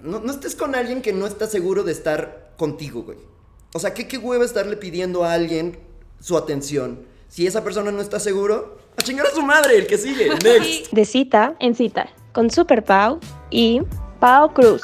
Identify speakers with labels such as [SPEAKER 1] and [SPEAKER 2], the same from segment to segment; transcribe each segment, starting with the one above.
[SPEAKER 1] no, no estés con alguien que no está seguro de estar contigo, güey. O sea, ¿qué, qué hueva estarle pidiendo a alguien su atención? Si esa persona no está seguro, a chingar a su madre, el que sigue. Next.
[SPEAKER 2] De cita en cita, con Super Pau y Pau Cruz.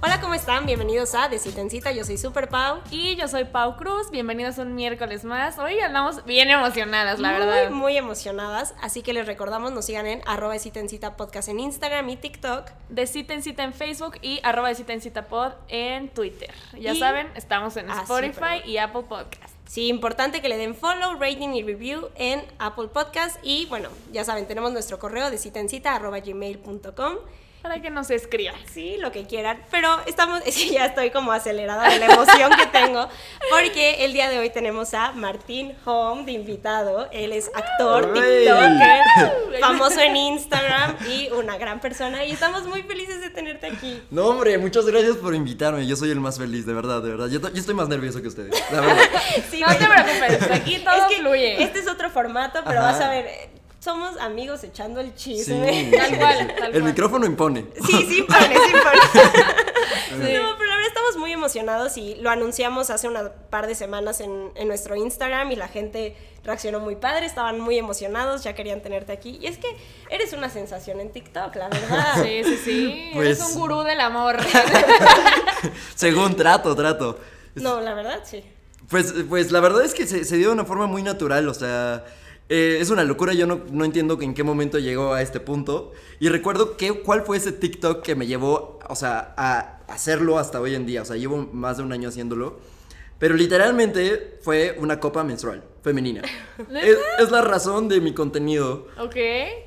[SPEAKER 3] Hola, ¿cómo están? Bienvenidos a De Cita en Cita. Yo soy Super Pau.
[SPEAKER 4] Y yo soy Pau Cruz, bienvenidos un miércoles más. Hoy andamos bien emocionadas, la
[SPEAKER 3] muy,
[SPEAKER 4] verdad.
[SPEAKER 3] muy emocionadas. Así que les recordamos, nos sigan en arroba de cita en cita podcast en Instagram y TikTok.
[SPEAKER 4] De cita en cita en Facebook y arroba de cita en cita pod en Twitter. Ya
[SPEAKER 3] Y-
[SPEAKER 4] saben, estamos en
[SPEAKER 3] Ah, sí,
[SPEAKER 4] Spotify
[SPEAKER 3] perdón.
[SPEAKER 4] y Apple Podcast.
[SPEAKER 3] Sí, importante que le den follow, rating y review en Apple Podcast. Y bueno, ya saben, tenemos nuestro correo de cita en cita arroba gmail.com.
[SPEAKER 4] Para que nos escriban.
[SPEAKER 3] Sí, lo que quieran, pero estamos, es que ya estoy como acelerada de la emoción que tengo, porque el día de hoy tenemos a Martín Home de invitado. Él es actor,
[SPEAKER 1] ¡Ay!
[SPEAKER 3] TikToker, famoso en Instagram y una gran persona. Y estamos muy felices de tenerte aquí.
[SPEAKER 1] No, hombre, muchas gracias por invitarme. Yo soy el más feliz, de verdad, de verdad. Yo, to- yo estoy más nervioso que ustedes, la verdad.
[SPEAKER 3] Sí,
[SPEAKER 4] No te preocupes, aquí todo
[SPEAKER 3] es que
[SPEAKER 4] fluye.
[SPEAKER 3] Este es otro formato, pero
[SPEAKER 1] Ajá.
[SPEAKER 3] vas a ver, eh, somos amigos echando el
[SPEAKER 1] Sí,
[SPEAKER 3] chisme.
[SPEAKER 4] Tal cual, tal
[SPEAKER 1] El
[SPEAKER 4] cual.
[SPEAKER 1] micrófono impone.
[SPEAKER 3] Sí, sí, impone, sí, impone. No, pero la verdad estamos muy emocionados y lo anunciamos hace una par de semanas en, en nuestro Instagram y la gente reaccionó muy padre, estaban muy emocionados, ya querían tenerte aquí. Y es que eres una sensación en TikTok, la verdad.
[SPEAKER 4] Sí, sí, sí.
[SPEAKER 1] Pues-
[SPEAKER 4] Eres un gurú del amor.
[SPEAKER 1] Según trato, trato.
[SPEAKER 3] No, la verdad, sí.
[SPEAKER 1] Pues, pues la verdad es que se, se dio de una forma muy natural, o sea, eh, es una locura, yo no, no entiendo que en qué momento llegó a este punto. Y recuerdo que, cuál fue ese TikTok que me llevó, o sea, a hacerlo hasta hoy en día, o sea, llevo más de un año haciéndolo. Pero literalmente fue una copa menstrual, femenina. es, es la razón de mi contenido.
[SPEAKER 4] ok.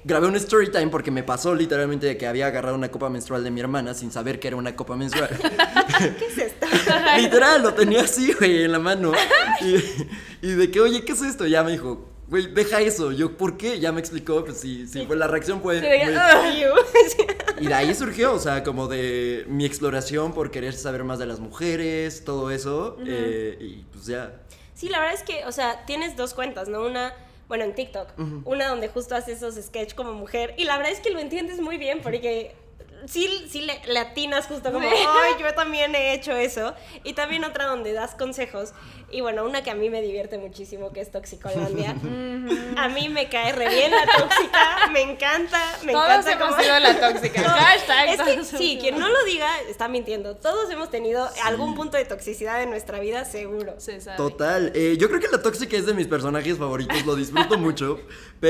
[SPEAKER 1] Grabé un story time porque me pasó literalmente de que había agarrado una copa menstrual de mi hermana sin saber que era una copa menstrual.
[SPEAKER 3] ¿Qué es esto?
[SPEAKER 1] Literal, lo tenía así, güey, en la mano. Y, y de que, oye, ¿qué es esto? Ya me dijo, güey, deja eso. Yo, ¿por qué? Ya me explicó, pues sí, sí, fue la reacción fue.
[SPEAKER 4] Sí, de- "Ah".
[SPEAKER 1] güey.
[SPEAKER 3] Ew. Sí.
[SPEAKER 1] Y de ahí surgió, o sea, como de mi exploración por querer saber más de las mujeres, todo eso. eh, y pues ya.
[SPEAKER 3] Sí, la verdad es que, o sea, tienes dos cuentas, ¿no? Una, bueno, en TikTok, una donde justo haces esos sketch como mujer, y la verdad es que lo entiendes muy bien porque sí, sí le, le atinas justo como,
[SPEAKER 4] Sí.
[SPEAKER 3] ay, yo también he hecho eso, y también otra donde das consejos, y bueno, una que a mí me divierte muchísimo, que es Toxicolandia. a mí me cae re bien la tóxica, me encanta, me
[SPEAKER 4] Todos
[SPEAKER 3] encanta
[SPEAKER 4] hemos
[SPEAKER 3] como-
[SPEAKER 4] sido la tóxica. Hashtag
[SPEAKER 3] es
[SPEAKER 4] todos
[SPEAKER 3] que
[SPEAKER 4] hemos
[SPEAKER 3] sí,
[SPEAKER 4] sido
[SPEAKER 3] quien
[SPEAKER 4] la-
[SPEAKER 3] no lo diga está mintiendo. Todos hemos tenido algún punto de toxicidad en nuestra vida, seguro.
[SPEAKER 4] Se sabe.
[SPEAKER 1] Total. eh, yo creo que la tóxica es de mis personajes favoritos. Lo disfruto mucho.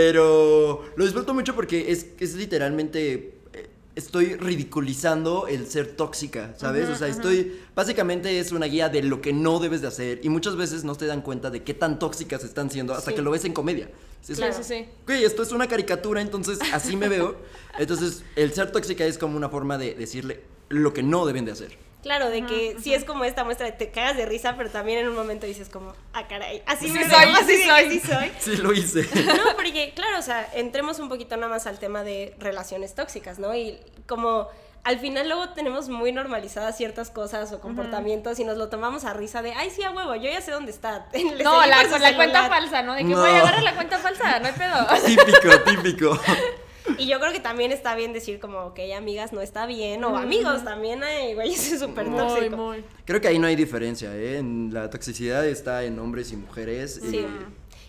[SPEAKER 1] Pero lo disfruto mucho porque es, es literalmente. eh, Estoy ridiculizando el ser tóxica, ¿sabes? o sea, estoy. Básicamente es una guía de lo que no debes de hacer. Y muchas veces no te dan cuenta de qué tan tóxicas están siendo hasta
[SPEAKER 3] Sí.
[SPEAKER 1] que lo ves en comedia. Es
[SPEAKER 4] Claro,
[SPEAKER 1] como,
[SPEAKER 4] sí, sí.
[SPEAKER 1] Güey, esto es una caricatura, entonces así me veo. Entonces, el ser tóxica es como una forma de decirle lo que no deben de hacer.
[SPEAKER 3] Claro, de que sí es como esta muestra de te cagas de risa, pero también en un momento dices como, ah, caray, así
[SPEAKER 4] Sí
[SPEAKER 3] me
[SPEAKER 4] soy,
[SPEAKER 3] veo, así
[SPEAKER 4] sí
[SPEAKER 3] de que
[SPEAKER 4] soy.
[SPEAKER 3] sí soy.
[SPEAKER 1] Sí, lo hice.
[SPEAKER 3] No, porque claro, o sea, entremos un poquito nada más al tema de relaciones tóxicas, ¿no? Y como al final luego tenemos muy normalizadas ciertas cosas o comportamientos y nos lo tomamos a risa de, ay, sí, a huevo, yo ya sé dónde está. Le
[SPEAKER 4] No,
[SPEAKER 3] seguí
[SPEAKER 4] la,
[SPEAKER 3] por su
[SPEAKER 4] con la cuenta
[SPEAKER 3] celular.
[SPEAKER 4] falsa, ¿no? De que
[SPEAKER 1] No.
[SPEAKER 4] voy a agarrar la cuenta falsa, no hay pedo.
[SPEAKER 1] típico, típico.
[SPEAKER 3] Y yo creo que también está bien decir como, ok, amigas, no está bien, o amigos también, ay, güey, eso es súper
[SPEAKER 4] Muy,
[SPEAKER 3] tóxico.
[SPEAKER 4] muy.
[SPEAKER 1] Creo que ahí no hay diferencia, ¿eh? En la toxicidad está en hombres y mujeres.
[SPEAKER 3] Sí.
[SPEAKER 1] eh,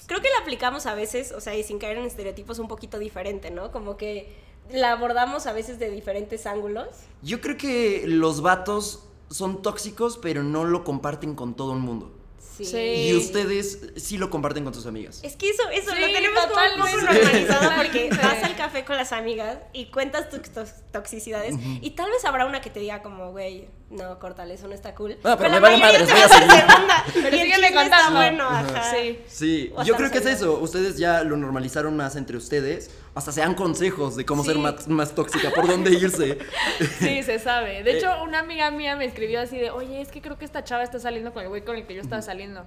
[SPEAKER 3] Creo que la aplicamos a veces, o sea, y sin caer en estereotipos un poquito diferente, ¿no? Como que la abordamos a veces de diferentes ángulos.
[SPEAKER 1] yo creo que los vatos son tóxicos, pero no lo comparten con todo el mundo.
[SPEAKER 3] Sí.
[SPEAKER 4] Sí.
[SPEAKER 1] Y ustedes sí lo comparten con sus amigas.
[SPEAKER 3] Es que eso, eso,
[SPEAKER 4] Sí,
[SPEAKER 3] lo tenemos como un poco
[SPEAKER 4] totalmente.
[SPEAKER 3] normalizado
[SPEAKER 4] Sí.
[SPEAKER 3] porque
[SPEAKER 4] Sí.
[SPEAKER 3] vas al café con las amigas y cuentas tus tos- toxicidades y tal vez habrá una que te diga como, güey, no, córtale, eso no está cool.
[SPEAKER 1] pero
[SPEAKER 3] la
[SPEAKER 1] me vale
[SPEAKER 3] mayoría
[SPEAKER 1] madres,
[SPEAKER 3] se
[SPEAKER 1] voy a
[SPEAKER 3] va por
[SPEAKER 1] seguir.
[SPEAKER 3] segunda,
[SPEAKER 4] Pero
[SPEAKER 3] y el
[SPEAKER 4] sígueme
[SPEAKER 3] chisme está
[SPEAKER 4] contando.
[SPEAKER 3] bueno, ajá.
[SPEAKER 4] Sí.
[SPEAKER 1] Sí,
[SPEAKER 3] O
[SPEAKER 1] yo
[SPEAKER 3] hasta
[SPEAKER 1] creo que es
[SPEAKER 3] los
[SPEAKER 1] eso. Ustedes ya lo normalizaron más entre ustedes. Hasta se dan consejos de cómo
[SPEAKER 4] Sí.
[SPEAKER 1] ser más, más tóxica, por dónde irse.
[SPEAKER 4] Sí, se sabe. De
[SPEAKER 1] Eh.
[SPEAKER 4] hecho, una amiga mía me escribió así de, oye, es que creo que esta chava está saliendo con el güey con el que yo estaba saliendo.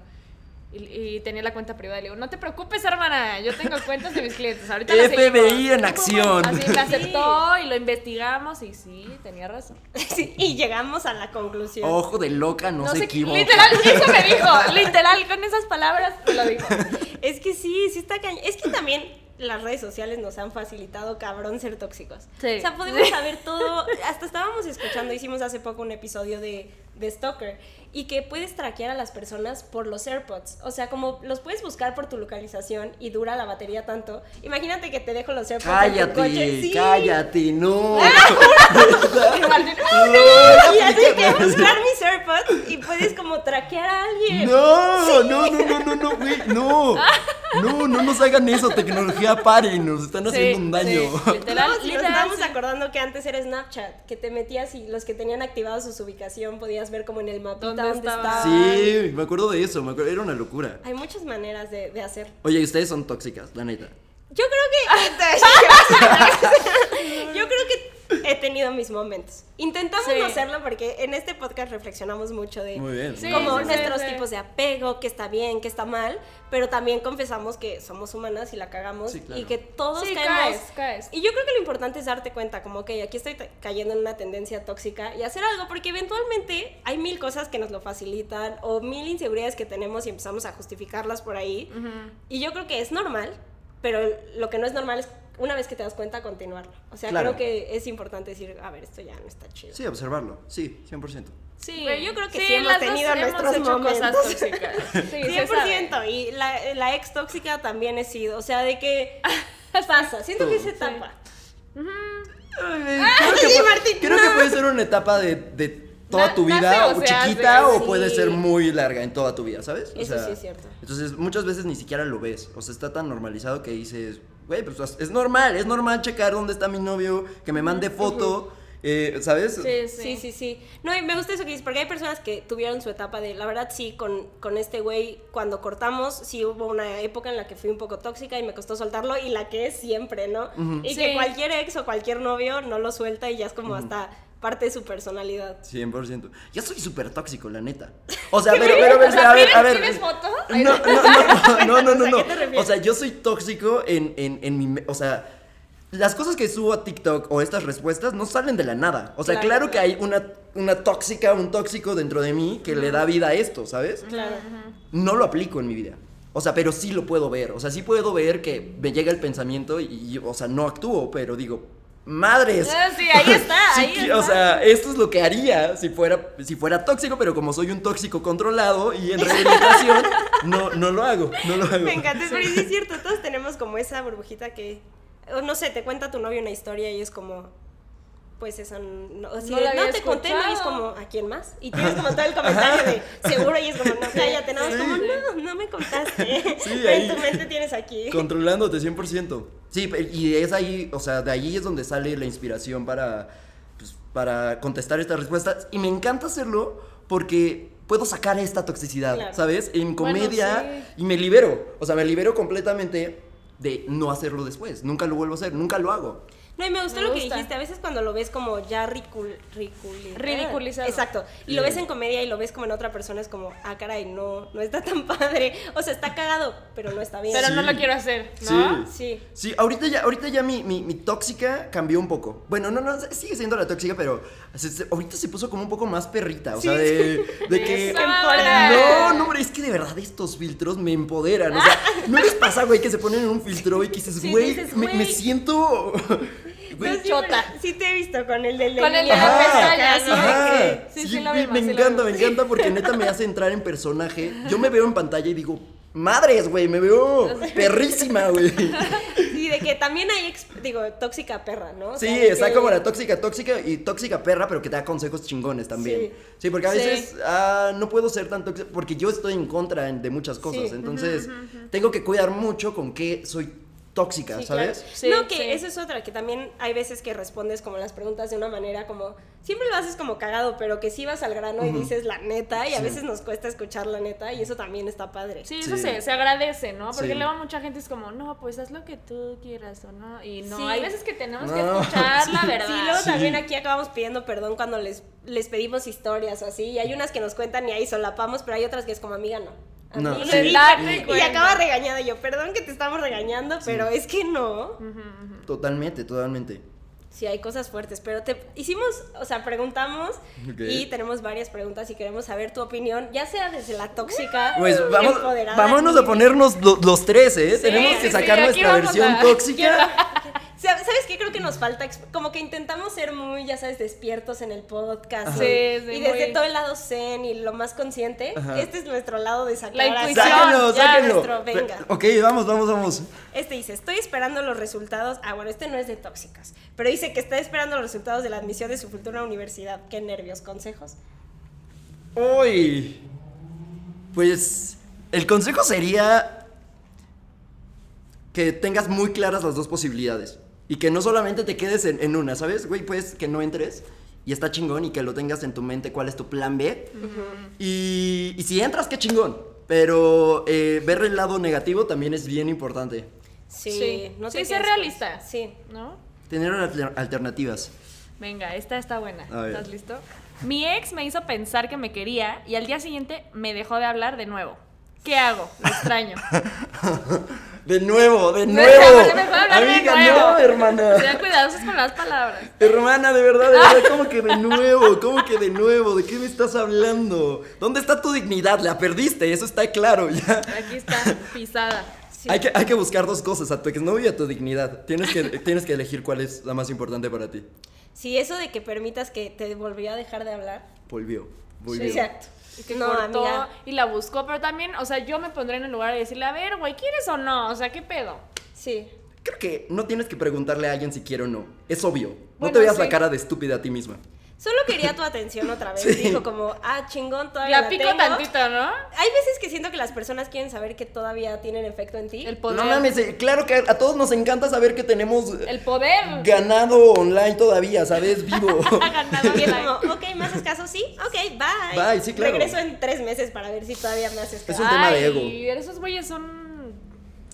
[SPEAKER 4] Y, y tenía la cuenta privada. Y le digo, no te preocupes, hermana. Yo tengo cuentas de mis clientes. Ahorita las
[SPEAKER 1] FBI
[SPEAKER 4] seguimos".
[SPEAKER 1] en acción.
[SPEAKER 4] Así la aceptó y lo investigamos. Y sí, tenía razón.
[SPEAKER 3] Sí, Y llegamos a la conclusión.
[SPEAKER 1] Ojo de loca, no, se, equivoca.
[SPEAKER 4] Literal, eso me dijo. Literal, con esas palabras me lo dijo.
[SPEAKER 3] Es que sí, sí está cañón. Es que también las redes sociales nos han facilitado cabrón ser tóxicos.
[SPEAKER 4] Sí.
[SPEAKER 3] O sea, podemos saber todo. Hasta estábamos escuchando, hicimos hace poco un episodio de, de Stalker y que puedes traquear a las personas por los AirPods. O sea, como los puedes buscar por tu localización y dura la batería tanto. Imagínate que te dejo los AirPods en tu coche.
[SPEAKER 1] Cállate,
[SPEAKER 3] Sí.
[SPEAKER 1] cállate, no.
[SPEAKER 3] Y así que buscar mis AirPods y puedes como traquear a alguien.
[SPEAKER 1] No, no, no, no, no, no, güey, no. No, no nos hagan eso, tecnología paren, nos están haciendo un daño.
[SPEAKER 4] sí, literal,
[SPEAKER 3] No, si nos
[SPEAKER 4] literal,
[SPEAKER 3] estábamos
[SPEAKER 4] sí.
[SPEAKER 3] acordando que antes era Snapchat, que te metías y los que tenían activado su ubicación podías ver como en el mapita
[SPEAKER 4] ¿Dónde
[SPEAKER 3] dónde,
[SPEAKER 4] estaban?
[SPEAKER 3] estaban.
[SPEAKER 1] Sí, me acuerdo de eso, me acuerdo, era una locura.
[SPEAKER 3] Hay muchas maneras de, de hacer.
[SPEAKER 1] Oye, ustedes son tóxicas, la neta.
[SPEAKER 3] Yo
[SPEAKER 4] Ah,
[SPEAKER 3] creo que. Yo creo que he tenido mis momentos. Intentamos
[SPEAKER 4] Sí.
[SPEAKER 3] no hacerlo porque en este podcast reflexionamos mucho de
[SPEAKER 1] Muy bien.
[SPEAKER 4] Sí,
[SPEAKER 3] como
[SPEAKER 4] sí, sí,
[SPEAKER 3] nuestros
[SPEAKER 4] sí.
[SPEAKER 3] tipos de apego, que está bien, que está mal, pero también confesamos que somos humanas y la cagamos
[SPEAKER 1] Sí, claro.
[SPEAKER 3] y que todos
[SPEAKER 4] Sí,
[SPEAKER 3] caemos.
[SPEAKER 4] caes, caes.
[SPEAKER 3] Y yo creo que lo importante es darte cuenta, como que aquí estoy ta- cayendo en una tendencia tóxica y hacer algo, porque eventualmente hay mil cosas que nos lo facilitan o mil inseguridades que tenemos y empezamos a justificarlas por ahí. Y yo creo que es normal, pero lo que no es normal es una vez que te das cuenta continuarlo. O sea,
[SPEAKER 1] Claro.
[SPEAKER 3] creo que es importante decir, a ver, esto ya no está chido.
[SPEAKER 1] Sí, observarlo, sí, 100%.
[SPEAKER 4] Sí,
[SPEAKER 3] Pero yo creo que sí hemos
[SPEAKER 4] las dos
[SPEAKER 3] tenido
[SPEAKER 4] hemos
[SPEAKER 3] nuestros
[SPEAKER 4] hecho cosas
[SPEAKER 3] momentos.
[SPEAKER 4] tóxicas. Sí, se sabe.
[SPEAKER 3] 100% y la, la ex tóxica también he sido, o sea, de que pasa, siento que se tapa.
[SPEAKER 1] Ay, Creo, que,
[SPEAKER 3] sí,
[SPEAKER 1] puede-
[SPEAKER 3] Martín,
[SPEAKER 1] creo
[SPEAKER 3] no.
[SPEAKER 1] que puede ser una etapa de, de toda
[SPEAKER 4] Na-
[SPEAKER 1] tu vida,
[SPEAKER 4] nace o
[SPEAKER 1] o
[SPEAKER 4] se hace,
[SPEAKER 1] chiquita, o
[SPEAKER 3] sí.
[SPEAKER 1] puede ser muy larga en toda tu vida, ¿sabes? O
[SPEAKER 3] Eso sí es cierto.
[SPEAKER 1] Entonces, muchas veces ni siquiera lo ves. O sea, está tan normalizado que dices, güey, pues es normal, es normal checar dónde está mi novio, que me mande foto, eh, ¿sabes?
[SPEAKER 4] Sí,
[SPEAKER 3] Sí,
[SPEAKER 4] sí.
[SPEAKER 3] sí, sí. No, y me gusta eso que dices, porque hay personas que tuvieron su etapa de, la verdad sí, con, con este güey, cuando cortamos, sí hubo una época en la que fui un poco tóxica y me costó soltarlo y la que es siempre, ¿no? Y
[SPEAKER 4] Sí.
[SPEAKER 3] que cualquier ex o cualquier novio no lo suelta y ya es como hasta parte de su personalidad.
[SPEAKER 1] 100%. Yo soy súper tóxico, la neta. O sea, pero, pero, pero,
[SPEAKER 4] O sea,
[SPEAKER 1] a ver,
[SPEAKER 4] ¿tienes-
[SPEAKER 1] a ver.
[SPEAKER 4] tienes fotos?
[SPEAKER 1] No, no, no, no, no, no,
[SPEAKER 3] ¿a qué
[SPEAKER 1] no.
[SPEAKER 3] te refieres?
[SPEAKER 1] O sea, yo soy tóxico en, en, en mi... me- O sea, las cosas que subo a TikTok o estas respuestas no salen de la nada. O sea,
[SPEAKER 3] Claro.
[SPEAKER 1] claro, que hay una, una tóxica, un tóxico dentro de mí que le da vida a esto, ¿sabes?
[SPEAKER 3] Claro.
[SPEAKER 1] No lo aplico en mi vida. O sea, pero sí lo puedo ver. O sea, sí puedo ver que me llega el pensamiento y, y, o sea, no actúo, pero digo, madres.
[SPEAKER 4] Ah, sí, ahí está,
[SPEAKER 1] Sí,
[SPEAKER 4] ahí
[SPEAKER 1] que-
[SPEAKER 4] está.
[SPEAKER 1] O sea, esto es lo que haría si fuera, si fuera tóxico, pero como soy un tóxico controlado y en rehabilitación, no, no lo hago, no lo hago.
[SPEAKER 3] Me encanta, pero sí es cierto, todos tenemos como esa burbujita que, o no sé, te cuenta tu novio una historia y es como, pues esa no, o si
[SPEAKER 4] No
[SPEAKER 3] de,
[SPEAKER 4] la
[SPEAKER 3] no
[SPEAKER 4] había
[SPEAKER 3] te conté, no, y es
[SPEAKER 4] escuchado.
[SPEAKER 3] como, ¿a quién más? Y tienes como todo el comentario de, seguro, y es como, no, cállate, nada más como, no, no me contaste,
[SPEAKER 1] Sí,
[SPEAKER 3] Pero
[SPEAKER 1] ahí.
[SPEAKER 3] en tu mente tienes aquí.
[SPEAKER 1] Controlándote 100%. Sí, pe- y es ahí, o sea, de ahí es donde sale la inspiración para, pues, para contestar estas respuestas. Y me encanta hacerlo porque puedo sacar esta toxicidad,
[SPEAKER 3] Claro.
[SPEAKER 1] ¿sabes? En
[SPEAKER 4] Bueno,
[SPEAKER 1] comedia y me libero. O sea, me libero completamente de no hacerlo después. Nunca lo vuelvo a hacer, nunca lo hago.
[SPEAKER 3] No, y me gustó
[SPEAKER 4] Me
[SPEAKER 3] lo que
[SPEAKER 4] gusta.
[SPEAKER 3] dijiste. A veces cuando lo ves como ya ricul, ricul-
[SPEAKER 4] Ridiculizado.
[SPEAKER 3] Exacto. Y lo
[SPEAKER 1] Bien.
[SPEAKER 3] ves en comedia y lo ves como en otra persona, es como, ah, caray, no, no está tan padre. O sea, está cagado, pero no está bien.
[SPEAKER 4] Pero no
[SPEAKER 1] Sí.
[SPEAKER 4] lo quiero hacer, ¿no?
[SPEAKER 1] Sí.
[SPEAKER 3] Sí.
[SPEAKER 1] Sí, ahorita ya, ahorita ya mi, mi, mi tóxica cambió un poco. Bueno, no, no, sigue siendo la tóxica, pero se- se- ahorita se puso como un poco más perrita. O sea, de, de que.
[SPEAKER 4] Ahora.
[SPEAKER 1] No, no, hombre, es que de verdad estos filtros me empoderan. O sea, ¿no les pasa, güey, que se ponen en un filtro y que dices,
[SPEAKER 4] Sí,
[SPEAKER 1] güey,
[SPEAKER 4] dices,
[SPEAKER 1] me, me
[SPEAKER 4] güey.
[SPEAKER 1] siento. güey,
[SPEAKER 3] Yo Pues sí,
[SPEAKER 4] chota.
[SPEAKER 3] pero Sí te he visto con el del
[SPEAKER 4] Con el de
[SPEAKER 1] Ajá,
[SPEAKER 4] la pestaña, ¿no?
[SPEAKER 1] ajá.
[SPEAKER 4] De que- Sí, sí,
[SPEAKER 1] Sí,
[SPEAKER 4] la
[SPEAKER 1] güey,
[SPEAKER 4] vemos,
[SPEAKER 1] me
[SPEAKER 4] sí la
[SPEAKER 1] encanta, me
[SPEAKER 4] vemos.
[SPEAKER 1] encanta porque neta me hace entrar en personaje. Yo me veo en pantalla y digo, madres, güey, me veo perrísima, güey.
[SPEAKER 3] Sí, de que también hay, ex- digo, tóxica perra, ¿no? O
[SPEAKER 1] Sí,
[SPEAKER 3] sea, de
[SPEAKER 1] está
[SPEAKER 3] que-
[SPEAKER 1] como la tóxica, tóxica y tóxica perra, pero que te da consejos chingones también. Sí,
[SPEAKER 3] Sí.
[SPEAKER 1] porque a
[SPEAKER 4] Sí.
[SPEAKER 1] veces ah, no puedo ser tan tóxica, porque yo estoy en contra en- de muchas cosas.
[SPEAKER 3] Sí.
[SPEAKER 1] Entonces, tengo que cuidar mucho con qué soy tóxica,
[SPEAKER 3] Sí,
[SPEAKER 1] ¿sabes?
[SPEAKER 3] claro.
[SPEAKER 4] Sí,
[SPEAKER 3] no, que
[SPEAKER 4] sí.
[SPEAKER 3] eso es otra, que también hay veces que respondes como las preguntas de una manera como, siempre lo haces como cagado, pero que sí vas al grano y dices la neta, y a
[SPEAKER 1] Sí.
[SPEAKER 3] veces nos cuesta escuchar la neta, y eso también está padre.
[SPEAKER 4] Sí, eso
[SPEAKER 1] Sí.
[SPEAKER 4] Se, se agradece, ¿no? Porque
[SPEAKER 1] Sí.
[SPEAKER 4] luego mucha gente es como, no, pues haz lo que tú quieras o no. Y no,
[SPEAKER 3] Sí.
[SPEAKER 4] hay veces que tenemos que
[SPEAKER 1] No,
[SPEAKER 4] escuchar
[SPEAKER 1] sí.
[SPEAKER 4] la
[SPEAKER 3] Sí,
[SPEAKER 4] verdad.
[SPEAKER 3] luego
[SPEAKER 1] Sí.
[SPEAKER 3] también aquí acabamos pidiendo perdón cuando les, les pedimos historias o así, y hay unas que nos cuentan y ahí solapamos, pero hay otras que es como amiga no. A
[SPEAKER 1] No,
[SPEAKER 3] mí
[SPEAKER 1] sí.
[SPEAKER 3] me dijo",
[SPEAKER 4] Date
[SPEAKER 3] Y
[SPEAKER 4] cuenta.
[SPEAKER 3] acaba regañada yo, perdón que te estamos regañando, pero es que no.
[SPEAKER 1] Totalmente, totalmente.
[SPEAKER 3] Sí, hay cosas fuertes, pero te hicimos, o sea, preguntamos
[SPEAKER 1] Ok.
[SPEAKER 3] y tenemos varias preguntas y queremos saber tu opinión, ya sea desde la tóxica,
[SPEAKER 1] Pues vamos,
[SPEAKER 3] empoderada,
[SPEAKER 1] vámonos a ponernos lo- los tres, ¿eh? Tenemos
[SPEAKER 4] sí,
[SPEAKER 1] que
[SPEAKER 4] sí,
[SPEAKER 1] sacar
[SPEAKER 4] aquí
[SPEAKER 1] nuestra
[SPEAKER 4] vamos
[SPEAKER 1] versión
[SPEAKER 4] a-
[SPEAKER 1] tóxica.
[SPEAKER 3] Sa- ¿Sabes qué? Creo que nos falta. exp- Como que intentamos ser muy, ya sabes, despiertos en el podcast.
[SPEAKER 4] Ajá.
[SPEAKER 3] y-
[SPEAKER 4] Sí,
[SPEAKER 3] y
[SPEAKER 4] sí,
[SPEAKER 3] desde
[SPEAKER 4] muy-
[SPEAKER 3] todo el lado zen y lo más consciente.
[SPEAKER 1] Ajá.
[SPEAKER 3] Este es nuestro lado de sacar
[SPEAKER 4] La
[SPEAKER 3] así-
[SPEAKER 4] intuición,
[SPEAKER 1] Sáquenlo,
[SPEAKER 3] ya,
[SPEAKER 1] sáquenlo.
[SPEAKER 3] nuestro, venga.
[SPEAKER 1] Ok, vamos, vamos, vamos.
[SPEAKER 3] Este dice, estoy esperando los resultados. Ah, bueno, este no es de tóxicas. Pero dice que está esperando los resultados de la admisión de su futura universidad. Qué nervios, consejos.
[SPEAKER 1] Uy. Pues el consejo sería que tengas muy claras las dos posibilidades. Y que no solamente te quedes en, en una, ¿sabes? Güey, pues que no entres y está chingón y que lo tengas en tu mente cuál es tu plan B. y, y si entras, qué chingón. Pero eh, ver el lado negativo también es bien importante.
[SPEAKER 3] Sí,
[SPEAKER 4] Sí.
[SPEAKER 3] no
[SPEAKER 4] Sí,
[SPEAKER 3] te
[SPEAKER 4] ser
[SPEAKER 3] quedes con-
[SPEAKER 4] realista.
[SPEAKER 3] Sí.
[SPEAKER 4] ¿No?
[SPEAKER 1] Tener alter- alternativas.
[SPEAKER 4] Venga, esta está buena.
[SPEAKER 1] A ver.
[SPEAKER 4] ¿Estás listo? Mi ex me hizo pensar que me quería y al día siguiente me dejó de hablar de nuevo. ¿Qué hago? Lo extraño.
[SPEAKER 1] De nuevo, de
[SPEAKER 4] No,
[SPEAKER 1] nuevo.
[SPEAKER 4] se me fue a hablar de
[SPEAKER 1] Amiga,
[SPEAKER 4] nuevo.
[SPEAKER 1] no, hermana.
[SPEAKER 4] Sean cuidadosos con las palabras.
[SPEAKER 1] Hermana, de verdad, de verdad, ¿cómo que de nuevo? ¿Cómo que de nuevo? ¿De qué me estás hablando? ¿Dónde está tu dignidad? La perdiste, eso está claro, ya.
[SPEAKER 4] Aquí está, pisada.
[SPEAKER 3] sí.
[SPEAKER 1] Hay, que, hay que buscar dos cosas, a tu exnovio y a tu dignidad. Tienes que, tienes que elegir cuál es la más importante para ti.
[SPEAKER 3] Sí, eso de que permitas que te volviera a dejar de hablar.
[SPEAKER 1] Volvió,
[SPEAKER 4] Sí.
[SPEAKER 1] volvió.
[SPEAKER 3] Exacto.
[SPEAKER 4] Y que
[SPEAKER 3] no,
[SPEAKER 4] cortó
[SPEAKER 3] amiga.
[SPEAKER 4] y la buscó, pero también, o sea, yo me pondré en el lugar de decirle, a ver, güey, ¿quieres o no? O sea, ¿qué pedo?
[SPEAKER 3] Sí.
[SPEAKER 1] Creo que no tienes que preguntarle a alguien si quiere o no. Es obvio. No
[SPEAKER 4] Bueno,
[SPEAKER 1] te veas la
[SPEAKER 4] sí.
[SPEAKER 1] cara de estúpida a ti misma.
[SPEAKER 3] Solo quería tu atención otra vez.
[SPEAKER 1] Sí.
[SPEAKER 3] Dijo como, ah, chingón, todavía la,
[SPEAKER 4] La pico
[SPEAKER 3] tengo".
[SPEAKER 4] tantito, ¿no?
[SPEAKER 3] Hay veces que siento que las personas quieren saber que todavía tienen efecto en ti.
[SPEAKER 4] El poder.
[SPEAKER 1] No mames, eh, claro que a todos nos encanta saber que tenemos eh,
[SPEAKER 4] El poder.
[SPEAKER 1] ganado online todavía, ¿sabes? Vivo.
[SPEAKER 4] Ha ganado
[SPEAKER 3] Y es
[SPEAKER 4] bien ahí.
[SPEAKER 3] como, ok, ¿me haces caso? Sí, ok, bye.
[SPEAKER 1] Bye, sí, claro.
[SPEAKER 3] Regreso en tres meses para ver si todavía me haces
[SPEAKER 1] Es
[SPEAKER 3] caso.
[SPEAKER 1] un tema de
[SPEAKER 4] Ay,
[SPEAKER 1] ego.
[SPEAKER 4] esos güeyes son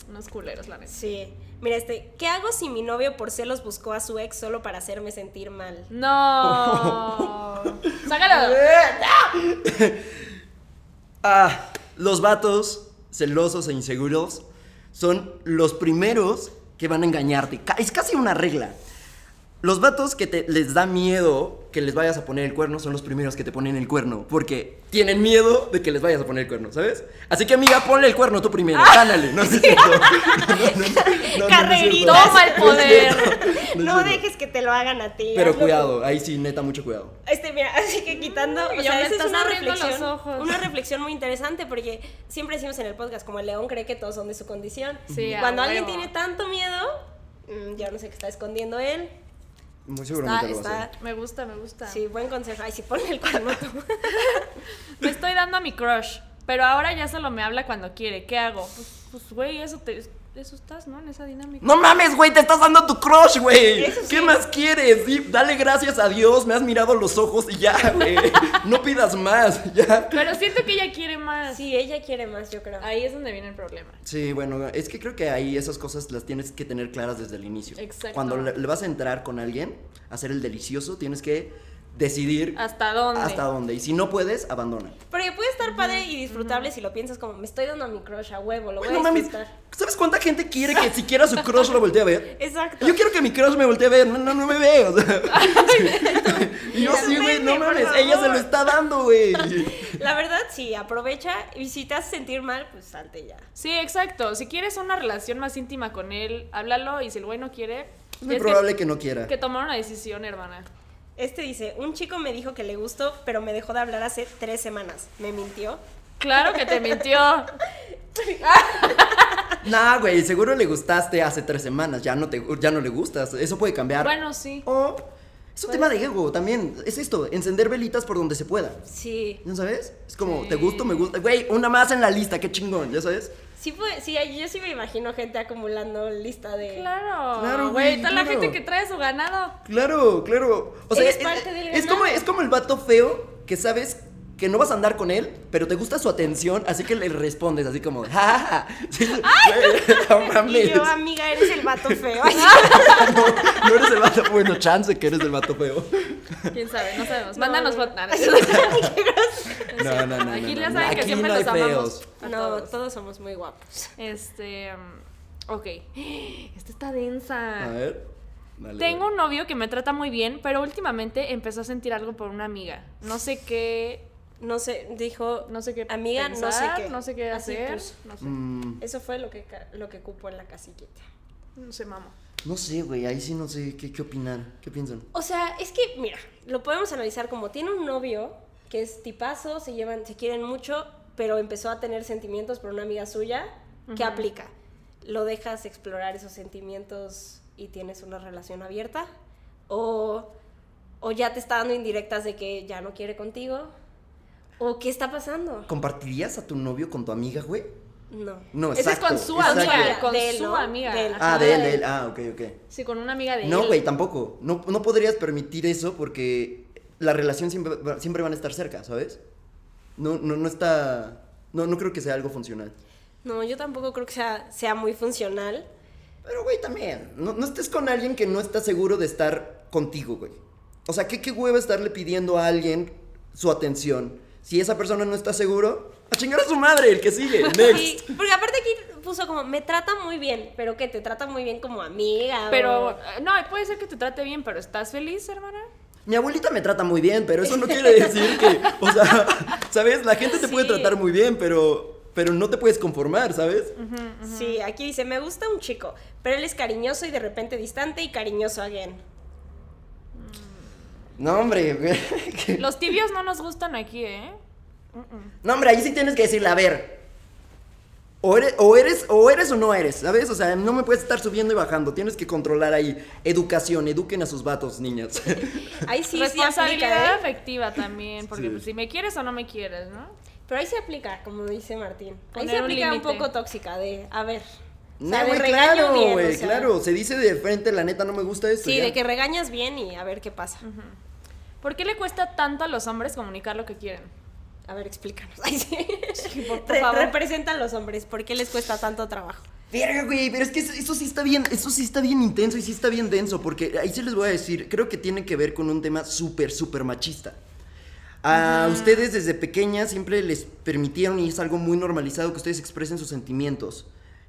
[SPEAKER 4] unos culeros, la neta.
[SPEAKER 3] Sí. Mira, este, ¿qué hago si mi novio por celos buscó a su ex solo para hacerme sentir mal?
[SPEAKER 4] No. Sácalo.
[SPEAKER 1] Ah, los vatos celosos e inseguros son los primeros que van a engañarte. Ca- Es casi una regla. Los vatos que te, les da miedo que les vayas a poner el cuerno son los primeros que te ponen el cuerno. Porque tienen miedo de que les vayas a poner el cuerno, ¿sabes? Así que, amiga, ponle el cuerno tú primero. Gánale. No, no es cierto. No, no, no, no, no, no es
[SPEAKER 3] Carreritas.
[SPEAKER 1] cierto.
[SPEAKER 4] Toma el
[SPEAKER 1] No es cierto. No es
[SPEAKER 3] No
[SPEAKER 1] cierto.
[SPEAKER 3] dejes que te lo hagan a ti.
[SPEAKER 1] Pero
[SPEAKER 3] hazlo
[SPEAKER 1] cuidado, ahí sí, neta, mucho cuidado.
[SPEAKER 3] Este, mira, así que quitando,
[SPEAKER 4] Uy, ya
[SPEAKER 3] o sea,
[SPEAKER 4] me
[SPEAKER 3] esa es
[SPEAKER 4] estás
[SPEAKER 3] una
[SPEAKER 4] abriendo los
[SPEAKER 3] reflexión,
[SPEAKER 4] ojos.
[SPEAKER 3] una reflexión muy interesante porque siempre decimos en el podcast como el león cree que todos son de su condición.
[SPEAKER 4] Sí,
[SPEAKER 3] Y
[SPEAKER 4] a
[SPEAKER 3] Cuando alguien
[SPEAKER 4] huevo.
[SPEAKER 3] tiene tanto miedo, mm, yo no sé qué está escondiendo él.
[SPEAKER 1] Muy
[SPEAKER 3] Está,
[SPEAKER 1] seguramente lo vas a
[SPEAKER 3] está,
[SPEAKER 1] hacer.
[SPEAKER 4] Me gusta, me gusta.
[SPEAKER 3] sí, buen consejo. Ay, si ponle el cuerno tú.
[SPEAKER 4] Me estoy dando a mi crush, pero ahora ya solo me habla cuando quiere. ¿Qué hago? Pues, pues, güey, eso te, eso estás, ¿no? En esa dinámica.
[SPEAKER 1] No mames, güey, te estás dando tu crush, güey.
[SPEAKER 3] Eso
[SPEAKER 1] ¿Qué
[SPEAKER 3] sí.
[SPEAKER 1] más quieres? Di- dale gracias a Dios, me has mirado los ojos y ya, güey. No pidas más, ya.
[SPEAKER 4] Pero siento que ella quiere más.
[SPEAKER 3] Sí, ella quiere más, yo creo.
[SPEAKER 4] Ahí es donde viene el problema.
[SPEAKER 1] Sí, bueno, es que creo que ahí esas cosas las tienes que tener claras desde el inicio.
[SPEAKER 4] Exacto.
[SPEAKER 1] Cuando le, le vas a entrar con alguien, a hacer el delicioso, tienes que decidir
[SPEAKER 4] ¿Hasta dónde?
[SPEAKER 1] hasta dónde. Y si no puedes, abandona.
[SPEAKER 3] Pero puede estar padre y disfrutable si lo piensas como, me estoy dando a mi crush a huevo, lo voy
[SPEAKER 1] Güey, no
[SPEAKER 3] a
[SPEAKER 1] mames,
[SPEAKER 3] disfrutar.
[SPEAKER 1] ¿sabes cuánta gente quiere que siquiera su crush lo voltee a ver?
[SPEAKER 3] Exacto.
[SPEAKER 1] Yo quiero que mi crush me voltee a ver, no, no, no me veo. o sea. y yo
[SPEAKER 3] Ya,
[SPEAKER 1] sí, güey, no
[SPEAKER 3] veme, por
[SPEAKER 1] mames, ella se lo
[SPEAKER 3] favor.
[SPEAKER 1] está dando, güey.
[SPEAKER 3] La verdad, sí, aprovecha y si te hace sentir mal, pues salte ya.
[SPEAKER 4] Sí, exacto. Si quieres una relación más íntima con él, háblalo y si el güey no quiere,
[SPEAKER 1] Es muy
[SPEAKER 4] tienes
[SPEAKER 1] probable que no quiera.
[SPEAKER 4] que, que tomar una decisión, hermana.
[SPEAKER 3] Este dice, un chico me dijo que le gustó, pero me dejó de hablar hace tres semanas. ¿Me mintió?
[SPEAKER 4] Claro que te mintió.
[SPEAKER 1] Nah, güey, seguro le gustaste hace tres semanas, ya no, te, ya no le gustas, eso puede cambiar.
[SPEAKER 4] Bueno, sí.
[SPEAKER 1] O es un tema de ego también, es esto, encender velitas por donde se pueda.
[SPEAKER 3] Sí.
[SPEAKER 1] ¿No sabes? Es como, te gusto, me gusta. Güey, una más en la lista, qué chingón, ¿ya sabes?
[SPEAKER 3] Sí, fue- sí, yo sí me imagino gente acumulando lista de...
[SPEAKER 4] Claro.
[SPEAKER 1] Claro, güey,
[SPEAKER 4] güey. Está la
[SPEAKER 1] claro.
[SPEAKER 4] gente que trae su ganado.
[SPEAKER 1] Claro, claro. O sea,
[SPEAKER 3] Eres
[SPEAKER 1] es,
[SPEAKER 3] parte del
[SPEAKER 1] es como,
[SPEAKER 3] ganado.
[SPEAKER 1] es como el vato feo que sabes que no vas a andar con él, pero te gusta su atención, así que le respondes así como, ¡Ja, ja, ja". Sí, güey, no mames.
[SPEAKER 3] Y yo,
[SPEAKER 4] "Ah,
[SPEAKER 3] amiga, eres el vato feo. Ay,
[SPEAKER 1] No, no eres el vato, bueno, chance que eres el vato feo.
[SPEAKER 4] Quién sabe, no sabemos.
[SPEAKER 3] No,
[SPEAKER 4] Mándanos
[SPEAKER 3] no.
[SPEAKER 4] fotos. Nah, no es cierto.
[SPEAKER 1] No, no, no. no,
[SPEAKER 4] Aquí
[SPEAKER 1] no,
[SPEAKER 4] ya
[SPEAKER 1] no,
[SPEAKER 4] saben que
[SPEAKER 1] aquí
[SPEAKER 4] siempre
[SPEAKER 1] no hay
[SPEAKER 4] los amamos.
[SPEAKER 1] feos.
[SPEAKER 4] a
[SPEAKER 3] no,
[SPEAKER 4] todos.
[SPEAKER 3] todos. somos muy guapos.
[SPEAKER 4] Este. mm, Ok. Esta está densa.
[SPEAKER 1] A ver. Dale,
[SPEAKER 4] Tengo
[SPEAKER 1] dale.
[SPEAKER 4] un novio que me trata muy bien, pero últimamente empezó a sentir algo por una amiga. No sé qué,
[SPEAKER 3] No sé, dijo.
[SPEAKER 4] no sé qué
[SPEAKER 3] Amiga, no sé
[SPEAKER 4] pensar,
[SPEAKER 3] qué.
[SPEAKER 4] no sé qué
[SPEAKER 3] Así
[SPEAKER 4] hacer,
[SPEAKER 3] puso.
[SPEAKER 4] no sé.
[SPEAKER 1] Mm,
[SPEAKER 3] Eso fue lo que, ca- lo que cupo en la casillita.
[SPEAKER 4] No sé, mamá.
[SPEAKER 1] no sé, güey, ahí sí no sé qué, qué opinar. ¿Qué piensan?
[SPEAKER 3] O sea, es que, mira, lo podemos analizar como tiene un novio que es tipazo, se llevan, se quieren mucho, pero empezó a tener sentimientos por una amiga suya, ¿qué aplica? ¿Lo dejas explorar esos sentimientos y tienes una relación abierta? ¿O, o ya te está dando indirectas de que ya no quiere contigo? ¿O qué está pasando?
[SPEAKER 1] ¿Compartirías a tu novio con tu amiga, güey?
[SPEAKER 3] No.
[SPEAKER 1] No,
[SPEAKER 4] Ese es
[SPEAKER 1] exacto.
[SPEAKER 4] con su
[SPEAKER 1] exacto.
[SPEAKER 4] amiga, con
[SPEAKER 3] De él,
[SPEAKER 4] su
[SPEAKER 3] ¿no?
[SPEAKER 4] amiga.
[SPEAKER 3] De él.
[SPEAKER 4] Ajá.
[SPEAKER 1] Ah, de él, de él. Ah, ok, ok.
[SPEAKER 4] Sí, con una amiga de él.
[SPEAKER 1] No, güey, tampoco. No, no podrías permitir eso porque la relación siempre, va- siempre van a estar cerca, ¿sabes? No, no, no está. No, no creo que sea algo funcional.
[SPEAKER 3] No, yo tampoco creo que sea, sea muy funcional.
[SPEAKER 1] Pero, güey, también. No, no estés con alguien que no está seguro de estar contigo, güey. O sea, ¿qué, qué hueva estarle pidiendo a alguien su atención? Si esa persona no está seguro, a chingar a su madre, el que sigue.
[SPEAKER 3] Sí,
[SPEAKER 1] Next.
[SPEAKER 3] porque aparte aquí puso como, me trata muy bien, pero que te trata muy bien como amiga. o-
[SPEAKER 4] Pero, eh, no, puede ser que te trate bien, pero ¿estás feliz, hermana?
[SPEAKER 1] Mi abuelita me trata muy bien, pero eso no quiere decir que. O sea, ¿sabes? La gente te puede
[SPEAKER 4] Sí.
[SPEAKER 1] tratar muy bien, pero. Pero no te puedes conformar, ¿sabes?
[SPEAKER 3] Sí, aquí dice, me gusta un chico, pero él es cariñoso y de repente distante y cariñoso again.
[SPEAKER 1] No, hombre. güey.
[SPEAKER 4] Los tibios no nos gustan aquí, ¿eh?
[SPEAKER 1] No, hombre, ahí sí tienes que decirle, a ver. O eres, o eres, o eres o no eres, ¿sabes? O sea, no me puedes estar subiendo y bajando. Tienes que controlar ahí. Educación, eduquen a sus vatos, niñas.
[SPEAKER 3] Ahí sí, sí
[SPEAKER 4] Responsabilidad
[SPEAKER 3] aplica, ¿eh?
[SPEAKER 4] afectiva también, porque
[SPEAKER 1] Sí.
[SPEAKER 4] pues, si me quieres o no me quieres, ¿no?
[SPEAKER 3] Pero ahí se aplica, como dice Martín. Ahí
[SPEAKER 4] Poner
[SPEAKER 3] se
[SPEAKER 4] un
[SPEAKER 3] aplica un,
[SPEAKER 4] límite.
[SPEAKER 3] poco tóxica de, a ver. o
[SPEAKER 1] No,
[SPEAKER 3] sea, de
[SPEAKER 1] güey,
[SPEAKER 3] regaño
[SPEAKER 1] claro,
[SPEAKER 3] bien, o
[SPEAKER 1] güey,
[SPEAKER 3] sea,
[SPEAKER 1] claro. Se dice de frente, la neta, no me gusta esto.
[SPEAKER 3] Sí,
[SPEAKER 1] ya.
[SPEAKER 3] de que regañas bien y a ver qué pasa.
[SPEAKER 4] ¿Por qué le cuesta tanto a los hombres comunicar lo que quieren?
[SPEAKER 3] A ver, explícanos. Ay, sí.
[SPEAKER 4] por- por
[SPEAKER 3] Re-
[SPEAKER 4] favor.
[SPEAKER 3] Representa a los hombres, ¿por qué les cuesta tanto trabajo?
[SPEAKER 1] Verga, güey, pero es que eso, eso sí está bien, eso sí está bien intenso y sí está bien denso, porque ahí se les voy a decir, creo que tiene que ver con un tema súper, súper machista. A ustedes desde pequeñas siempre les permitieron, y es algo muy normalizado, que ustedes expresen sus sentimientos.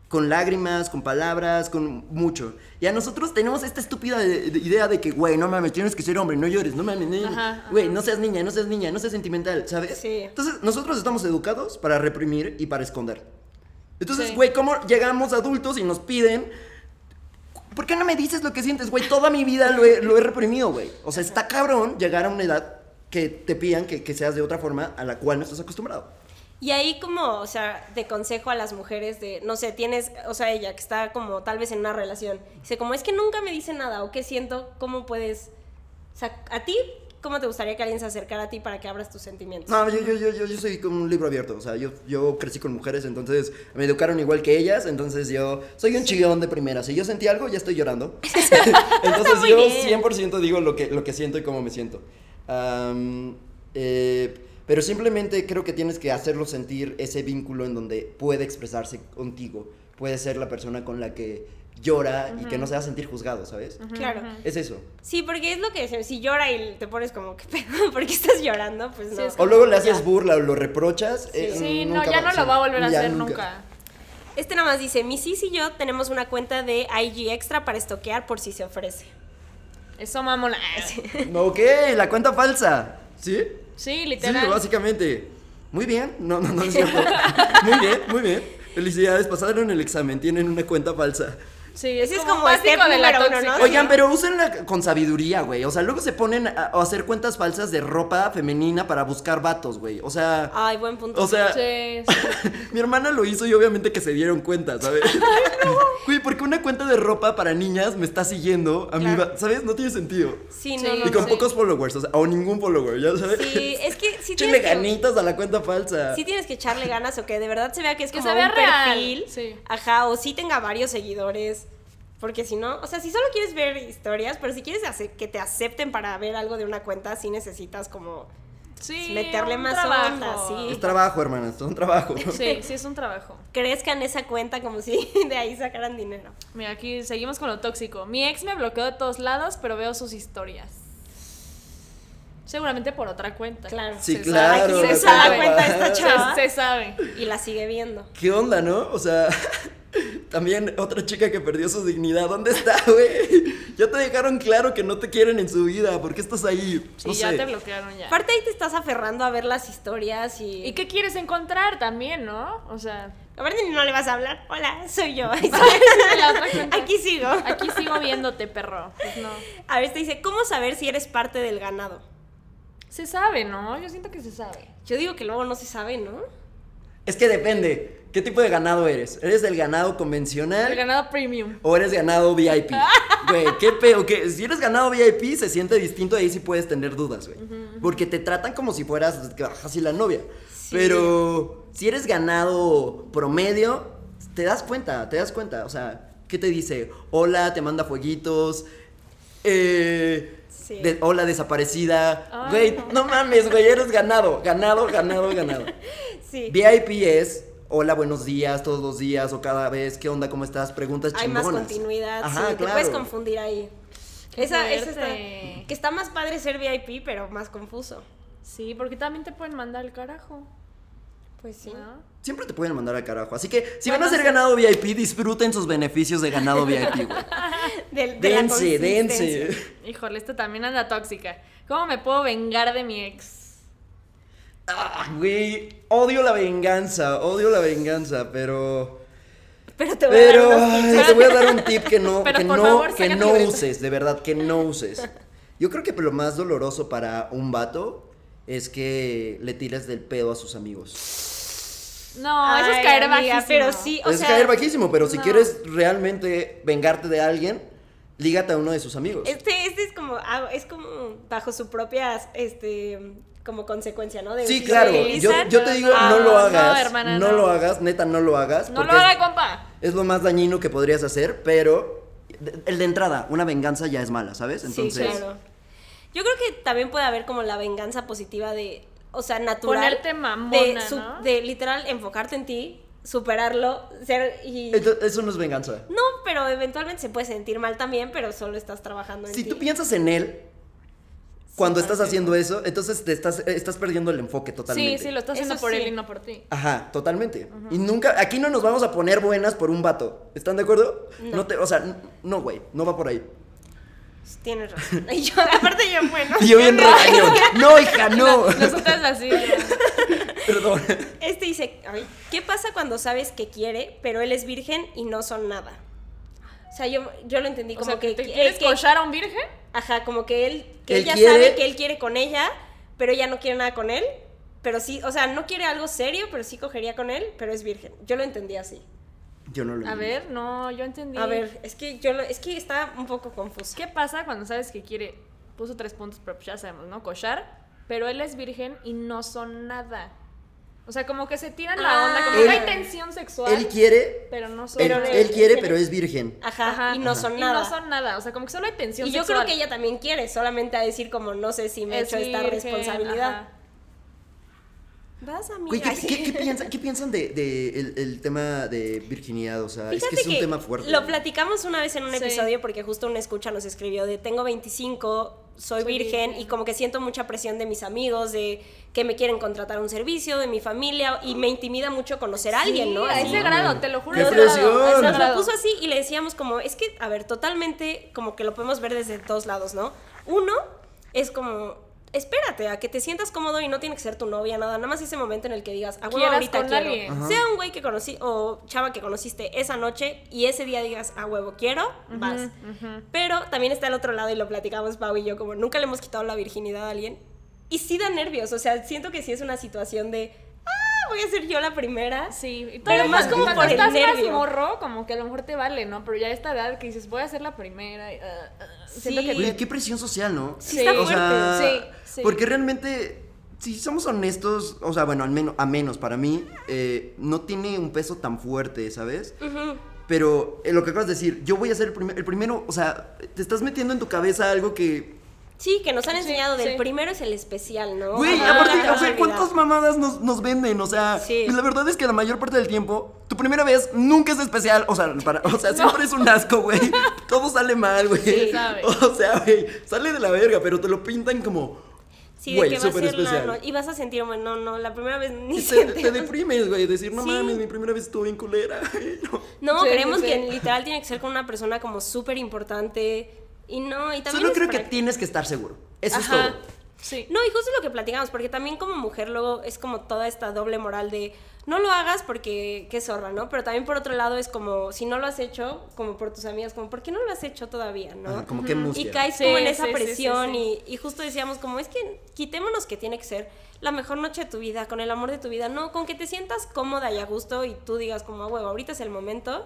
[SPEAKER 1] Con lágrimas, con palabras, con mucho. Y a nosotros tenemos esta estúpida de- de- idea de que, güey, no mames, tienes que ser hombre, no llores, no mames, no llores.
[SPEAKER 4] Ajá,
[SPEAKER 1] güey, no seas niña, no seas niña, no seas sentimental, ¿sabes?
[SPEAKER 3] Sí.
[SPEAKER 1] Entonces, nosotros estamos educados para reprimir y para esconder. Entonces,
[SPEAKER 4] Sí.
[SPEAKER 1] güey, ¿cómo llegamos adultos y nos piden? ¿Por qué no me dices lo que sientes, güey? Toda mi vida lo he, lo he reprimido, güey. O sea, está cabrón llegar a una edad que te pidan que, que seas de otra forma a la cual no estás acostumbrado.
[SPEAKER 3] Y ahí como, o sea, de consejo a las mujeres de, no sé, tienes, o sea, ella que está como tal vez en una relación, dice como, es que nunca me dice nada o qué siento, cómo puedes, o sea, a ti, ¿cómo te gustaría que alguien se acercara a ti para que abras tus sentimientos?
[SPEAKER 1] No, yo, yo, yo, yo, yo soy como un libro abierto. O sea, yo, yo crecí con mujeres, entonces me educaron igual que ellas. Entonces yo soy un chillón de primera. Si yo sentí algo, ya estoy llorando. entonces
[SPEAKER 3] Muy
[SPEAKER 1] yo
[SPEAKER 3] bien.
[SPEAKER 1] 100% digo lo que, lo que siento y cómo me siento. Am, eh, pero simplemente creo que tienes que hacerlo sentir ese vínculo en donde puede expresarse contigo. Puede ser la persona con la que llora y que no se va a sentir juzgado, ¿sabes?
[SPEAKER 3] Claro.
[SPEAKER 1] Es eso.
[SPEAKER 3] Sí, porque es lo que decimos, si llora y te pones como, ¿qué pedo? ¿Por qué estás llorando? Pues no.
[SPEAKER 4] Sí, es
[SPEAKER 1] O
[SPEAKER 4] como-
[SPEAKER 1] luego le haces burla o lo reprochas. eh,
[SPEAKER 4] Sí, no,
[SPEAKER 1] nunca
[SPEAKER 4] ya
[SPEAKER 1] va-
[SPEAKER 4] no
[SPEAKER 1] sí,
[SPEAKER 4] lo va a volver a
[SPEAKER 1] ya
[SPEAKER 4] hacer nunca.
[SPEAKER 3] Este nada más dice, mi sis y yo tenemos una cuenta de IG Extra para estoquear por si se ofrece.
[SPEAKER 4] Eso, mamona.
[SPEAKER 1] Ok, la cuenta falsa. ¿Sí?
[SPEAKER 4] Sí,
[SPEAKER 1] Sí,
[SPEAKER 4] literal.
[SPEAKER 1] básicamente. Muy bien. No, no, no es cierto. Muy bien, muy bien. Felicidades, pasaron el examen, tienen una cuenta falsa.
[SPEAKER 4] Sí,
[SPEAKER 3] Ese es como step número uno, ¿no?
[SPEAKER 4] tóxica.
[SPEAKER 1] Oigan, pero úsenla con sabiduría, güey. O sea, luego se ponen a, a hacer cuentas falsas de ropa femenina para buscar vatos, güey. O sea,
[SPEAKER 3] Ay, buen punto.
[SPEAKER 1] o sea,
[SPEAKER 4] Sí, sí.
[SPEAKER 1] mi hermana lo hizo y obviamente que se dieron cuenta, ¿sabes? Güey, ¿por qué una cuenta de ropa para niñas me está siguiendo a mí?
[SPEAKER 3] Claro.
[SPEAKER 1] ¿Sabes? No tiene sentido.
[SPEAKER 3] sí,
[SPEAKER 4] sí.
[SPEAKER 3] no, no,
[SPEAKER 1] Y con
[SPEAKER 3] no.
[SPEAKER 1] pocos followers, o sea, o ningún follower, ¿ya sabes?
[SPEAKER 3] Sí, es que sí
[SPEAKER 1] Échenle
[SPEAKER 3] tienes que-
[SPEAKER 1] ganitas a la cuenta falsa.
[SPEAKER 3] sí tienes que echarle ganas o que de verdad se vea que es
[SPEAKER 4] Que
[SPEAKER 3] como
[SPEAKER 4] se vea
[SPEAKER 3] un
[SPEAKER 4] real,
[SPEAKER 3] perfil.
[SPEAKER 4] sí.
[SPEAKER 3] Ajá, o sí tenga varios seguidores. Porque si no, o sea, si solo quieres ver historias, pero si quieres ace- que te acepten para ver algo de una cuenta, sí necesitas como...
[SPEAKER 4] Sí,
[SPEAKER 3] Meterle
[SPEAKER 4] un
[SPEAKER 3] más
[SPEAKER 4] trabajo.
[SPEAKER 3] onda, sí.
[SPEAKER 1] Es trabajo, hermanas, es un trabajo.
[SPEAKER 4] Sí, sí, es un trabajo.
[SPEAKER 3] Crezcan esa cuenta como si de ahí sacaran dinero.
[SPEAKER 4] Mira, aquí seguimos con lo tóxico. Mi ex me bloqueó de todos lados, pero veo sus historias. Seguramente por otra cuenta.
[SPEAKER 3] Claro.
[SPEAKER 1] Sí,
[SPEAKER 4] Se
[SPEAKER 1] claro.
[SPEAKER 4] sabe,
[SPEAKER 1] la
[SPEAKER 4] se sabe.
[SPEAKER 1] cuenta
[SPEAKER 3] Esta
[SPEAKER 1] falsa.
[SPEAKER 3] chava.
[SPEAKER 4] Se, se sabe.
[SPEAKER 3] Y la sigue viendo.
[SPEAKER 1] ¿Qué onda, no? O sea, También otra chica que perdió su dignidad. ¿Dónde está, güey? Ya te dejaron claro que no te quieren en su vida. ¿Por qué estás ahí?
[SPEAKER 4] Sí,
[SPEAKER 1] No
[SPEAKER 4] ya
[SPEAKER 1] sé.
[SPEAKER 4] te bloquearon ya.
[SPEAKER 3] Aparte ahí te estás aferrando a ver las historias y...
[SPEAKER 4] ¿Y qué quieres encontrar también, no? O sea,
[SPEAKER 3] Aparte no le vas a hablar. Hola, soy yo.
[SPEAKER 4] la otra cuenta.
[SPEAKER 3] Aquí sigo.
[SPEAKER 4] aquí sigo viéndote, perro. Pues no.
[SPEAKER 3] A ver, te dice, ¿cómo saber si eres parte del ganado?
[SPEAKER 4] Se sabe, ¿no? Yo siento que se sabe.
[SPEAKER 3] Yo digo que luego no se sabe, ¿no?
[SPEAKER 1] Es que depende. ¿Qué tipo de ganado eres? ¿Eres del ganado
[SPEAKER 4] El
[SPEAKER 1] convencional?
[SPEAKER 4] ganado premium.
[SPEAKER 1] ¿O eres ganado VIP? Güey, qué peo. Que si eres ganado VIP se siente distinto, ahí sí puedes tener dudas, güey. Porque te tratan como si fueras casi la novia. Pero si eres ganado promedio, te das cuenta, te das cuenta. O sea, ¿qué te dice? Hola, te manda fueguitos. Eh.
[SPEAKER 3] Sí.
[SPEAKER 1] de- hola desaparecida.
[SPEAKER 4] Ay,
[SPEAKER 1] Güey, no mames, güey, eres ganado. Ganado, ganado, ganado.
[SPEAKER 3] Sí.
[SPEAKER 1] VIP es hola, buenos días, todos los días o cada vez, ¿qué onda? ¿Cómo estás? Preguntas
[SPEAKER 3] Hay
[SPEAKER 1] chingonas.
[SPEAKER 3] más continuidad,
[SPEAKER 1] Ajá,
[SPEAKER 3] sí, te
[SPEAKER 1] claro.
[SPEAKER 3] puedes confundir ahí.
[SPEAKER 4] Qué
[SPEAKER 3] Esa, esa está,
[SPEAKER 4] fuerte.
[SPEAKER 3] que está más padre ser VIP, pero más confuso.
[SPEAKER 4] Sí, porque también te pueden mandar el carajo.
[SPEAKER 3] Pues sí.
[SPEAKER 4] ¿no?
[SPEAKER 1] Siempre te pueden mandar al carajo. Así que si van a
[SPEAKER 4] Bueno,
[SPEAKER 1] ser
[SPEAKER 4] sí.
[SPEAKER 1] ganado VIP, disfruten sus beneficios de ganado VIP, güey.
[SPEAKER 3] Del- de la
[SPEAKER 1] dense,
[SPEAKER 3] consistencia.
[SPEAKER 1] dense.
[SPEAKER 4] Híjole, esta también anda tóxica. ¿Cómo me puedo vengar de mi ex?
[SPEAKER 1] Ah, Güey, odio la venganza, odio la venganza, pero.
[SPEAKER 3] Pero te voy
[SPEAKER 1] Pero
[SPEAKER 3] a dar unos tips.
[SPEAKER 1] ay, te voy a dar un tip que no,
[SPEAKER 4] Pero
[SPEAKER 1] que
[SPEAKER 4] por
[SPEAKER 1] no,
[SPEAKER 4] favor,
[SPEAKER 1] que
[SPEAKER 4] sácate
[SPEAKER 1] no
[SPEAKER 4] de eso.
[SPEAKER 1] uses, de verdad, que no uses. Yo creo que lo más doloroso para un vato es que le tires del pedo a sus amigos.
[SPEAKER 4] No, eso
[SPEAKER 3] Ay,
[SPEAKER 4] es caer
[SPEAKER 3] amiga,
[SPEAKER 4] bajísimo.
[SPEAKER 3] Pero sí, o
[SPEAKER 1] es
[SPEAKER 3] sea,
[SPEAKER 1] caer bajísimo, pero si
[SPEAKER 4] no.
[SPEAKER 1] quieres realmente vengarte de alguien, lígate a uno de sus amigos.
[SPEAKER 3] este, este es como, ah, es como bajo su propia, este, como consecuencia, ¿no? De
[SPEAKER 1] Sí,
[SPEAKER 3] si
[SPEAKER 1] claro.
[SPEAKER 3] se
[SPEAKER 1] Yo,
[SPEAKER 3] utilizan.
[SPEAKER 1] yo te digo, no,
[SPEAKER 4] No,
[SPEAKER 1] lo
[SPEAKER 4] Ah, no,
[SPEAKER 1] hagas. No,
[SPEAKER 4] hermana, no.
[SPEAKER 1] lo hagas, neta, no lo hagas.
[SPEAKER 4] No lo
[SPEAKER 1] porque es-
[SPEAKER 4] haga, compa.
[SPEAKER 1] es, lo más dañino que podrías hacer, pero de- el de entrada, una venganza ya es mala, ¿sabes? Entonces,
[SPEAKER 3] sí, claro. Yo creo que también puede haber como la venganza positiva de, o sea, natural.
[SPEAKER 4] Ponerte mamona,
[SPEAKER 3] de, su-
[SPEAKER 4] ¿no?
[SPEAKER 3] de literal enfocarte en ti, superarlo, ser y...
[SPEAKER 1] ento- eso no es venganza.
[SPEAKER 3] No, pero eventualmente se puede sentir mal también, pero solo estás trabajando en
[SPEAKER 1] Si
[SPEAKER 3] ti.
[SPEAKER 1] tú piensas en él cuando estás haciendo eso, entonces te estás, estás perdiendo el enfoque totalmente.
[SPEAKER 4] Sí, sí, lo estás
[SPEAKER 3] Eso
[SPEAKER 4] haciendo por
[SPEAKER 3] sí.
[SPEAKER 4] él y no por ti.
[SPEAKER 1] Ajá, totalmente. Y nunca, aquí no nos vamos a poner buenas por un vato. ¿Están de acuerdo? No, te, o sea, n- no, güey, no va por ahí.
[SPEAKER 3] Tienes razón. Y yo, aparte yo, bueno.
[SPEAKER 1] Y yo bien regañón. No, hija, no.
[SPEAKER 4] Nosotras así. ya.
[SPEAKER 1] Perdón.
[SPEAKER 3] Este dice, ay, ¿qué pasa cuando sabes que quiere, pero él es virgen y no son nada? O sea, yo, yo lo entendí
[SPEAKER 4] O
[SPEAKER 3] como
[SPEAKER 4] sea,
[SPEAKER 3] que...
[SPEAKER 4] que te
[SPEAKER 3] que-
[SPEAKER 4] quieres
[SPEAKER 3] que-
[SPEAKER 4] cochar a un virgen.
[SPEAKER 3] Ajá, como que él, que
[SPEAKER 1] Él
[SPEAKER 3] ella
[SPEAKER 1] quiere-
[SPEAKER 3] sabe que él quiere con ella, pero ella no quiere nada con él. Pero sí, o sea, no quiere algo serio, pero sí cogería con él, pero es virgen. Yo lo entendí así.
[SPEAKER 1] Yo no lo
[SPEAKER 4] A
[SPEAKER 1] entendí.
[SPEAKER 4] ver, no, yo entendí.
[SPEAKER 3] A ver, es que yo lo- es que está un poco confuso.
[SPEAKER 4] ¿Qué pasa cuando sabes que quiere? Puso tres puntos, pero pues ya sabemos, ¿no? Cochar. Pero él es virgen y no son nada. O sea, como que se tiran
[SPEAKER 3] Ah.
[SPEAKER 4] la onda, como
[SPEAKER 1] Él-
[SPEAKER 4] que hay tensión sexual.
[SPEAKER 1] Él quiere,
[SPEAKER 4] pero no son
[SPEAKER 1] él,
[SPEAKER 4] nada.
[SPEAKER 1] él quiere, pero es virgen. Ah,
[SPEAKER 3] Ajá,
[SPEAKER 4] Ajá.
[SPEAKER 3] y no son
[SPEAKER 4] Y
[SPEAKER 3] nada.
[SPEAKER 4] no son nada. O sea, como que solo hay tensión
[SPEAKER 3] Y yo creo
[SPEAKER 4] sexual.
[SPEAKER 3] que ella también quiere, solamente a decir como no sé si me he
[SPEAKER 4] Es
[SPEAKER 3] hecho esta
[SPEAKER 4] virgen,
[SPEAKER 3] responsabilidad.
[SPEAKER 4] ajá.
[SPEAKER 3] Vas a
[SPEAKER 1] Güey, ¿qué, qué- qué piensan, qué piensan de, de el, el tema de virginidad? O sea, es que es un tema fuerte.
[SPEAKER 3] Lo platicamos una vez en un
[SPEAKER 4] Sí.
[SPEAKER 3] episodio porque justo una escucha nos escribió de tengo 25, soy,
[SPEAKER 4] Soy
[SPEAKER 3] virgen,
[SPEAKER 4] virgen".
[SPEAKER 3] y como que siento mucha presión de mis amigos, de que me quieren contratar un servicio, de mi familia y me intimida mucho conocer a alguien, ¿no?
[SPEAKER 4] Sí, a
[SPEAKER 3] Así.
[SPEAKER 4] ese grado, te lo juro.
[SPEAKER 1] ¡Qué
[SPEAKER 4] a ese grado,
[SPEAKER 1] presión!
[SPEAKER 4] a ese
[SPEAKER 3] Nos lo
[SPEAKER 4] grado.
[SPEAKER 3] puso así y le decíamos como, es que, a ver, totalmente como que lo podemos ver desde dos lados, ¿no? Uno es como, espérate a que te sientas cómodo y no tiene que ser tu novia, nada, nada más ese momento en el que digas, a huevo
[SPEAKER 4] Quieras
[SPEAKER 3] ahorita
[SPEAKER 4] con
[SPEAKER 3] quiero.
[SPEAKER 4] alguien.
[SPEAKER 1] Ajá.
[SPEAKER 3] Sea un güey que conocí o chava que conociste esa noche y ese día digas, a huevo quiero, vas. Pero también está el otro lado y lo platicamos Pau y yo, como nunca le hemos quitado la virginidad a alguien. Y sí da nervios, o sea, siento que sí es una situación de, ah, voy a ser yo la primera.
[SPEAKER 4] Sí, y
[SPEAKER 3] Pero
[SPEAKER 4] todavía
[SPEAKER 3] más
[SPEAKER 4] cuando-
[SPEAKER 3] como
[SPEAKER 4] cuando
[SPEAKER 3] por el
[SPEAKER 4] estás más
[SPEAKER 3] nervio.
[SPEAKER 4] morro, como que a lo mejor te vale, ¿no? Pero ya a esta edad que dices, voy a ser la primera. y, ah, ah, siento
[SPEAKER 3] Sí.
[SPEAKER 4] que
[SPEAKER 1] Güey,
[SPEAKER 4] te-
[SPEAKER 1] qué presión social, ¿no?
[SPEAKER 4] Sí, está
[SPEAKER 1] O sea,
[SPEAKER 4] fuerte. Sí, sí.
[SPEAKER 1] Porque realmente, si somos honestos, o sea, bueno, al menos, a menos para mí, eh, no tiene un peso tan fuerte, ¿sabes?
[SPEAKER 3] Ujú.
[SPEAKER 1] Pero eh, lo que acabas de decir, yo voy a ser el, primer- el primero, o sea, te estás metiendo en tu cabeza algo que...
[SPEAKER 3] Sí, que nos han enseñado del
[SPEAKER 4] sí.
[SPEAKER 3] primero es el especial,
[SPEAKER 4] Oh,
[SPEAKER 3] ¿no?
[SPEAKER 1] Güey,
[SPEAKER 3] Ajá,
[SPEAKER 1] aparte,
[SPEAKER 3] la
[SPEAKER 1] o sea,
[SPEAKER 3] personalidad.
[SPEAKER 1] ¿cuántas mamadas nos, nos venden? O sea,
[SPEAKER 3] Sí.
[SPEAKER 1] la verdad es que la mayor parte del tiempo, tu primera vez nunca es especial, o sea, para- o sea siempre es un asco, güey. Todo sale mal, güey.
[SPEAKER 4] sabe.
[SPEAKER 1] O sea, güey, sale de la verga, pero te lo pintan como...
[SPEAKER 3] Sí,
[SPEAKER 1] Güey,
[SPEAKER 3] de que va a
[SPEAKER 1] súper
[SPEAKER 3] ser la
[SPEAKER 1] especial.
[SPEAKER 3] noche. Y vas a sentir, bueno, no, no, la primera vez ni
[SPEAKER 1] Y te,
[SPEAKER 3] sientes.
[SPEAKER 1] te deprimes, güey, decir, no
[SPEAKER 3] Sí.
[SPEAKER 1] mames, mi primera vez estuvo bien culera. Ay, no.
[SPEAKER 3] No,
[SPEAKER 4] Sí,
[SPEAKER 3] creemos
[SPEAKER 4] sí.
[SPEAKER 3] que literal tiene que ser con una persona como súper importante. Y no, y también.
[SPEAKER 1] Solo
[SPEAKER 3] es
[SPEAKER 1] creo que
[SPEAKER 3] práctico.
[SPEAKER 1] tienes que estar seguro. Eso es
[SPEAKER 4] Ajá.
[SPEAKER 1] todo.
[SPEAKER 4] Sí.
[SPEAKER 3] No, y justo lo que platicamos, porque también como mujer luego es como toda esta doble moral de no lo hagas porque qué zorra, ¿no? Pero también por otro lado es como, si no lo has hecho, como por tus amigas, como, ¿por qué no lo has hecho todavía, no?
[SPEAKER 1] Ajá, como que
[SPEAKER 3] y
[SPEAKER 1] mustia.
[SPEAKER 3] caes
[SPEAKER 4] Sí,
[SPEAKER 3] como en
[SPEAKER 4] sí,
[SPEAKER 3] esa
[SPEAKER 4] sí, sí,
[SPEAKER 3] presión
[SPEAKER 4] sí.
[SPEAKER 3] Y, y justo decíamos como es que quitémonos que tiene que ser la mejor noche de tu vida, con el amor de tu vida, no, con que te sientas cómoda y a gusto y tú digas como, "Ah, huevo, ahorita es el momento.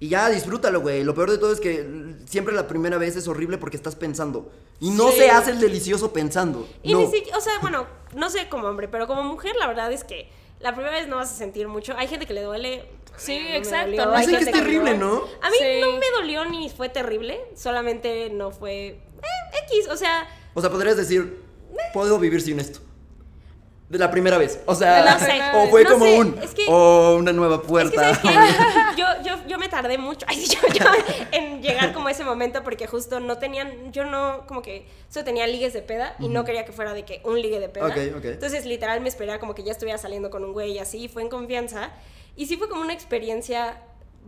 [SPEAKER 1] Y ya, disfrútalo, güey. Lo peor de todo es que mm, siempre la primera vez es horrible porque estás pensando. Y no
[SPEAKER 4] Sí.
[SPEAKER 1] se hace el delicioso pensando.
[SPEAKER 3] Y
[SPEAKER 1] no.
[SPEAKER 3] ni si- o sea, bueno, no sé como hombre, pero como mujer la verdad es que la primera vez no vas a sentir mucho. Hay gente que le duele.
[SPEAKER 4] Sí,
[SPEAKER 3] a mí no me
[SPEAKER 4] exacto,
[SPEAKER 3] dolió,
[SPEAKER 4] no
[SPEAKER 3] hay
[SPEAKER 4] Dicen que
[SPEAKER 3] gente
[SPEAKER 4] es terrible,
[SPEAKER 3] le duele.
[SPEAKER 1] ¿no?
[SPEAKER 3] A mí
[SPEAKER 4] Sí.
[SPEAKER 3] no me dolió ni fue terrible, solamente no fue eh, X, o sea,
[SPEAKER 1] O sea, podrías decir, puedo vivir sin esto. De la primera vez. O sea,
[SPEAKER 4] No sé.
[SPEAKER 1] o fue
[SPEAKER 3] No
[SPEAKER 1] como
[SPEAKER 3] sé,
[SPEAKER 1] un.
[SPEAKER 3] es que-
[SPEAKER 1] o una nueva
[SPEAKER 3] Es que,
[SPEAKER 1] puerta.
[SPEAKER 3] ¿sabes qué? Yo, yo, yo me tardé mucho ay, sí, yo- yo en llegar como a ese momento porque justo no tenían, yo no, como que solo tenía ligues de peda y no quería que fuera de que un ligue de peda.
[SPEAKER 1] Ok, ok.
[SPEAKER 3] Entonces literal me esperaba como que ya estuviera saliendo con un güey y así, y fue en confianza. Y sí fue como una experiencia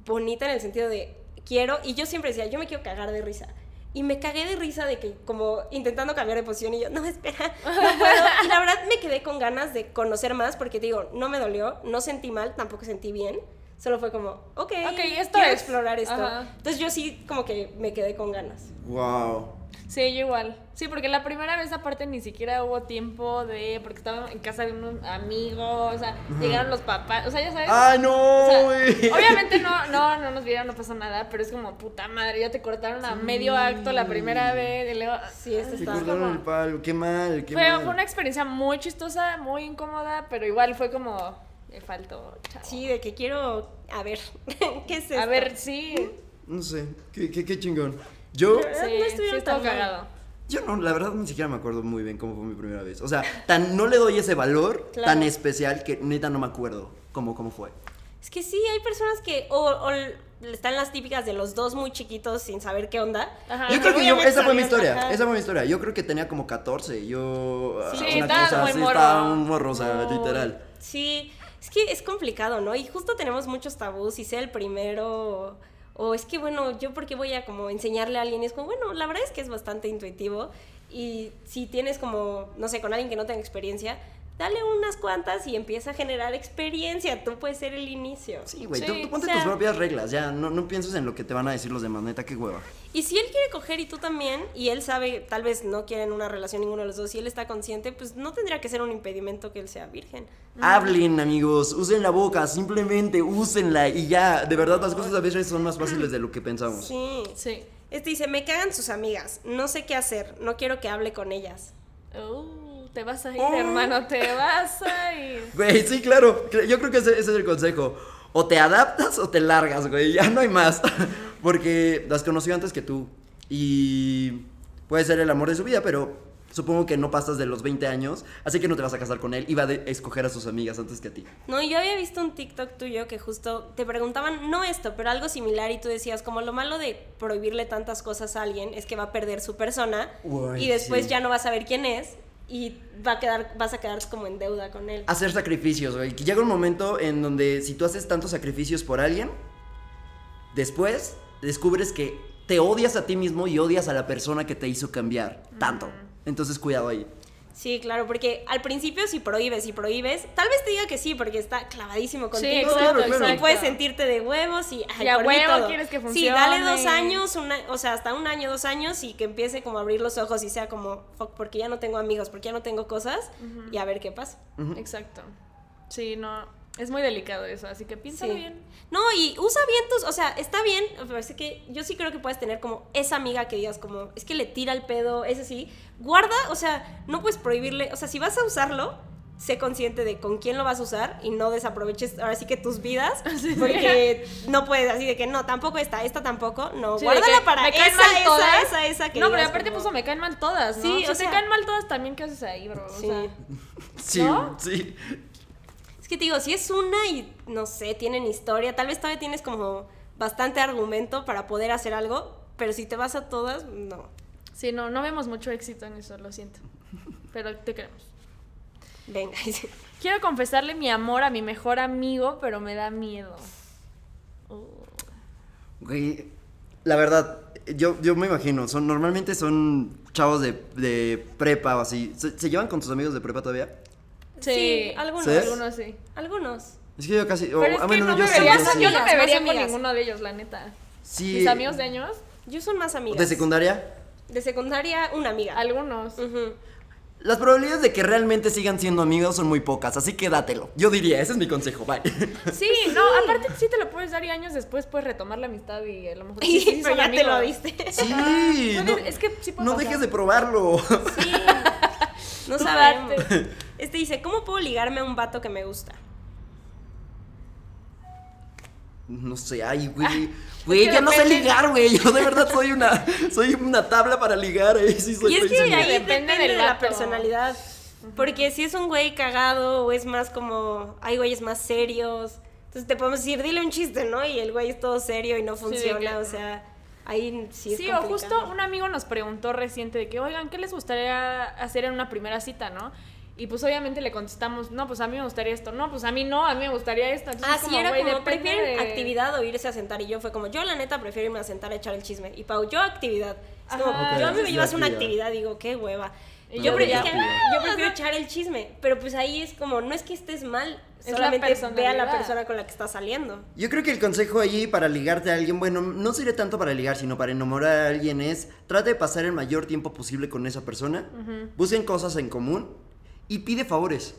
[SPEAKER 3] bonita en el sentido de quiero, y yo siempre decía, yo me quiero cagar de risa. Y me cagué de risa de que como intentando cambiar de posición y yo, no, espera, no puedo. Y la verdad me quedé con ganas de conocer más porque te digo, no me dolió, no sentí mal, tampoco sentí bien. Solo fue como, ok,
[SPEAKER 4] Ok, esto
[SPEAKER 3] quiero
[SPEAKER 4] es.
[SPEAKER 3] explorar esto.
[SPEAKER 4] Ajá.
[SPEAKER 3] Entonces yo sí como que me quedé con ganas.
[SPEAKER 1] Wow.
[SPEAKER 4] Sí, yo igual. Sí, porque la primera vez aparte ni siquiera hubo tiempo de, porque estaba en casa de unos amigos, o sea, llegaron los papás, o sea, ya sabes.
[SPEAKER 1] ¡Ah, no!
[SPEAKER 4] O sea,
[SPEAKER 1] güey!
[SPEAKER 4] obviamente no, no, no nos vieron, no pasó nada, pero es como, puta madre, ya te cortaron a medio acto la primera vez y luego...
[SPEAKER 3] Sí, esto
[SPEAKER 1] Se
[SPEAKER 3] está-
[SPEAKER 1] cortaron
[SPEAKER 4] como-
[SPEAKER 1] el palo. Qué mal, qué
[SPEAKER 4] Fue,
[SPEAKER 1] mal.
[SPEAKER 4] fue una experiencia muy chistosa, muy incómoda, pero igual fue como, le faltó, chao.
[SPEAKER 3] Sí, de que quiero, a ver, ¿qué es esto?
[SPEAKER 4] A ver, sí,
[SPEAKER 1] No sé. Qué, qué, qué chingón. Yo.
[SPEAKER 3] verdad, no
[SPEAKER 4] sí,
[SPEAKER 3] estuvieron
[SPEAKER 4] sí estuvo
[SPEAKER 3] tan mal.
[SPEAKER 4] cagado.
[SPEAKER 1] Yo no, la verdad ni siquiera me acuerdo muy bien cómo fue mi primera vez. O sea, tan, no le doy ese valor
[SPEAKER 3] Claro.
[SPEAKER 1] tan especial que neta no me acuerdo cómo, cómo fue.
[SPEAKER 3] Es que sí, hay personas que o, o l- están las típicas de los dos muy chiquitos sin saber qué onda.
[SPEAKER 4] Ajá.
[SPEAKER 1] yo creo que yo,
[SPEAKER 3] Ah, obviamente
[SPEAKER 1] esa fue mi
[SPEAKER 3] sabías,
[SPEAKER 1] historia,
[SPEAKER 3] ajá.
[SPEAKER 1] esa fue mi historia. Yo creo que tenía como 14, yo...
[SPEAKER 4] Sí,
[SPEAKER 1] ah, una
[SPEAKER 4] estabas
[SPEAKER 1] cosa
[SPEAKER 4] muy
[SPEAKER 1] así,
[SPEAKER 4] morro.
[SPEAKER 1] estaba un morro, o sea,
[SPEAKER 4] Muy.
[SPEAKER 1] literal.
[SPEAKER 3] Sí, es que es complicado, ¿no? Y justo tenemos muchos tabús, y sea el primero, o, o es que, bueno, yo porque voy a como enseñarle a alguien, Y es como, bueno, la verdad es que es bastante intuitivo, y si tienes como, no sé, con alguien que no tenga experiencia, dale unas cuantas y empieza a generar experiencia, tú puedes ser el inicio.
[SPEAKER 1] Sí, güey,
[SPEAKER 4] Sí,
[SPEAKER 1] tú, tú ponte
[SPEAKER 3] o sea-
[SPEAKER 1] tus propias reglas, ya, no, no pienses en lo que te van a decir los demás, neta, qué hueva.
[SPEAKER 3] Y si él quiere coger y tú también, y él sabe, tal vez no quieren una relación ninguno de los dos, y él está consciente, pues no tendría que ser un impedimento que él sea virgen.
[SPEAKER 1] Hablen, amigos, usen la boca, simplemente úsenla y ya, de verdad, las cosas a veces son más fáciles de lo que pensamos.
[SPEAKER 3] Sí.
[SPEAKER 4] Sí.
[SPEAKER 3] Este dice, me cagan sus amigas, no sé qué hacer, no quiero que hable con ellas.
[SPEAKER 4] Uh, te vas a ir,
[SPEAKER 1] Oh.
[SPEAKER 4] hermano, te vas a ir.
[SPEAKER 1] Güey, sí, claro. cre- Yo creo que ese, ese es el consejo. O te adaptas o te largas, güey. Ya no hay más. Porque las conoció antes que tú. Y puede ser el amor de su vida, pero supongo que no pasas de los 20 años. Así que no te vas a casar con él. Y va a de- escoger a sus amigas antes que a ti.
[SPEAKER 3] No, yo había visto un TikTok tuyo que justo te preguntaban, no esto, pero algo similar, y tú decías, como lo malo de prohibirle tantas cosas a alguien es que va a perder su persona
[SPEAKER 1] Uy,
[SPEAKER 3] y después
[SPEAKER 1] sí.
[SPEAKER 3] ya no va a saber quién es y va a quedar, vas a quedar como en deuda con él.
[SPEAKER 1] Hacer sacrificios, güey. Que llega un momento en donde si tú haces tantos sacrificios por alguien, después descubres que te odias a ti mismo y odias a la persona que te hizo cambiar tanto. Entonces, cuidado ahí.
[SPEAKER 3] Sí, claro, porque al principio si prohíbes y prohíbes, tal vez te diga que sí, porque está clavadísimo contigo.
[SPEAKER 1] claro,
[SPEAKER 3] y
[SPEAKER 1] claro.
[SPEAKER 3] puedes sentirte de huevos y, ay,
[SPEAKER 4] Y a
[SPEAKER 3] por mí
[SPEAKER 4] huevo
[SPEAKER 3] todo.
[SPEAKER 4] quieres que
[SPEAKER 3] Sí, dale
[SPEAKER 4] funcione.
[SPEAKER 3] dos años, una- o sea, hasta un año, dos años y que empiece como a abrir los ojos y sea como, fuck, porque ya no tengo amigos, porque ya no tengo cosas y a ver qué pasa.
[SPEAKER 4] Exacto. Sí, no. Es muy delicado eso, así que piénsalo
[SPEAKER 3] Sí.
[SPEAKER 4] bien.
[SPEAKER 3] No, y usa bien tus, o sea, está bien, me parece que yo sí creo que puedes tener como esa amiga que digas como, es que le tira el pedo, es así, guarda, o sea, no puedes prohibirle, o sea, si vas a usarlo, sé consciente de con quién lo vas a usar y no desaproveches ahora sí que tus vidas, porque no puedes así de que no, tampoco esta, esta tampoco, no,
[SPEAKER 4] Sí, de
[SPEAKER 3] guárdala
[SPEAKER 4] que
[SPEAKER 3] para
[SPEAKER 4] me
[SPEAKER 3] esa,
[SPEAKER 4] caen mal
[SPEAKER 3] esa,
[SPEAKER 4] todas.
[SPEAKER 3] esa, esa que
[SPEAKER 4] No, pero
[SPEAKER 3] digas
[SPEAKER 4] aparte
[SPEAKER 3] como-
[SPEAKER 4] puso me caen mal todas, ¿no?
[SPEAKER 3] Sí,
[SPEAKER 4] si
[SPEAKER 3] o sea-
[SPEAKER 4] te caen mal todas también, ¿qué haces ahí, bro? pues, O
[SPEAKER 3] Sí.
[SPEAKER 4] sea,
[SPEAKER 1] Sí,
[SPEAKER 4] ¿No?
[SPEAKER 1] sí.
[SPEAKER 3] Es que te digo, si es una y no sé, tienen historia, tal vez todavía tienes como bastante argumento para poder hacer algo, pero si te vas a todas, no.
[SPEAKER 4] sí, no, no vemos mucho éxito en eso, lo siento. pero te queremos.
[SPEAKER 3] Venga.
[SPEAKER 4] Quiero confesarle mi amor a mi mejor amigo, pero me da miedo. Uh,
[SPEAKER 1] Güey, la verdad, yo, yo me imagino, son, normalmente son chavos de, de prepa o así. ¿Se, se llevan con tus amigos de prepa todavía?
[SPEAKER 4] Sí,
[SPEAKER 3] algunos.
[SPEAKER 1] ¿Sí?
[SPEAKER 4] Algunos sí.
[SPEAKER 3] Algunos.
[SPEAKER 1] Es que yo casi... o-
[SPEAKER 4] Pero
[SPEAKER 1] ah,
[SPEAKER 4] es que
[SPEAKER 1] bueno,
[SPEAKER 4] no
[SPEAKER 1] yo
[SPEAKER 4] me
[SPEAKER 1] sí,
[SPEAKER 4] vería,
[SPEAKER 1] yo
[SPEAKER 3] más
[SPEAKER 1] sí.
[SPEAKER 4] yo no
[SPEAKER 3] amigas,
[SPEAKER 4] me vería
[SPEAKER 3] más
[SPEAKER 4] con
[SPEAKER 3] amigas.
[SPEAKER 4] ninguno de ellos, la neta.
[SPEAKER 1] Sí.
[SPEAKER 4] Mis amigos de años,
[SPEAKER 3] Yo son más amigas.
[SPEAKER 1] ¿De secundaria?
[SPEAKER 3] De secundaria, una amiga.
[SPEAKER 4] algunos.
[SPEAKER 3] Ujú.
[SPEAKER 1] Las probabilidades de que realmente sigan siendo amigos son muy pocas, así que dátelo. Yo diría, ese es mi consejo, bye.
[SPEAKER 4] Sí, no, aparte sí te lo puedes dar y años después puedes retomar la amistad y a lo mejor sí, sí, sí
[SPEAKER 3] Pero
[SPEAKER 4] son
[SPEAKER 3] ya te lo
[SPEAKER 4] amigos.
[SPEAKER 3] diste.
[SPEAKER 1] Sí,
[SPEAKER 4] Puedes-
[SPEAKER 1] no,
[SPEAKER 4] es que sí puede
[SPEAKER 1] no
[SPEAKER 4] pasar.
[SPEAKER 1] dejes de probarlo.
[SPEAKER 3] Sí. No
[SPEAKER 4] Tú
[SPEAKER 3] sabemos.
[SPEAKER 4] date.
[SPEAKER 3] Este dice, ¿cómo puedo ligarme a un vato que me gusta?
[SPEAKER 1] No sé, ay, güey. Güey,
[SPEAKER 4] Ah, que
[SPEAKER 1] ya no sé
[SPEAKER 4] depende.
[SPEAKER 1] ligar, güey. Yo de verdad soy una, soy una tabla para ligar, eh. Sí, soy
[SPEAKER 3] Y es que
[SPEAKER 1] pésimo.
[SPEAKER 3] ahí depende,
[SPEAKER 4] Depende
[SPEAKER 3] de
[SPEAKER 4] del
[SPEAKER 3] la
[SPEAKER 4] vato.
[SPEAKER 3] personalidad. Porque si es un güey cagado o es más como, hay güeyes más serios. Entonces te podemos decir, dile un chiste, ¿no? Y el güey es todo serio y no
[SPEAKER 4] de
[SPEAKER 3] funciona.
[SPEAKER 4] que-
[SPEAKER 3] O sea, ahí sí es
[SPEAKER 4] Sí, o justo
[SPEAKER 3] complicado.
[SPEAKER 4] un amigo nos preguntó reciente de que, oigan, ¿qué les gustaría hacer en una primera cita, no? Y pues obviamente le contestamos, no, pues a mí me gustaría esto, no, pues a mí no, a mí me gustaría esto. Entonces,
[SPEAKER 3] Ah,
[SPEAKER 4] es
[SPEAKER 3] sí, era
[SPEAKER 4] güey,
[SPEAKER 3] como,
[SPEAKER 4] depende
[SPEAKER 3] ¿prefieren
[SPEAKER 4] de-
[SPEAKER 3] actividad o irse a sentar? Y yo fue como, yo la neta prefiero irme a sentar a echar el chisme. Y Pau, yo actividad. Es como,
[SPEAKER 4] Ajá.
[SPEAKER 1] Ok,
[SPEAKER 3] yo a mí
[SPEAKER 1] sí,
[SPEAKER 3] me
[SPEAKER 1] sí,
[SPEAKER 3] llevas una
[SPEAKER 1] actividad.
[SPEAKER 3] actividad, digo, qué hueva.
[SPEAKER 4] Y
[SPEAKER 3] yo,
[SPEAKER 4] yo
[SPEAKER 3] prefiero,
[SPEAKER 4] ya-
[SPEAKER 3] que- yo prefiero echar el chisme. Pero pues ahí es como, no es que estés mal,
[SPEAKER 4] Es la
[SPEAKER 3] solamente ve a la
[SPEAKER 4] personalidad.
[SPEAKER 3] persona con la que estás saliendo.
[SPEAKER 1] Yo creo que el consejo allí para ligarte a alguien, bueno, no sirve tanto para ligar, sino para enamorar a alguien es, trate de pasar el mayor tiempo posible con esa persona, busquen cosas en común y pide favores.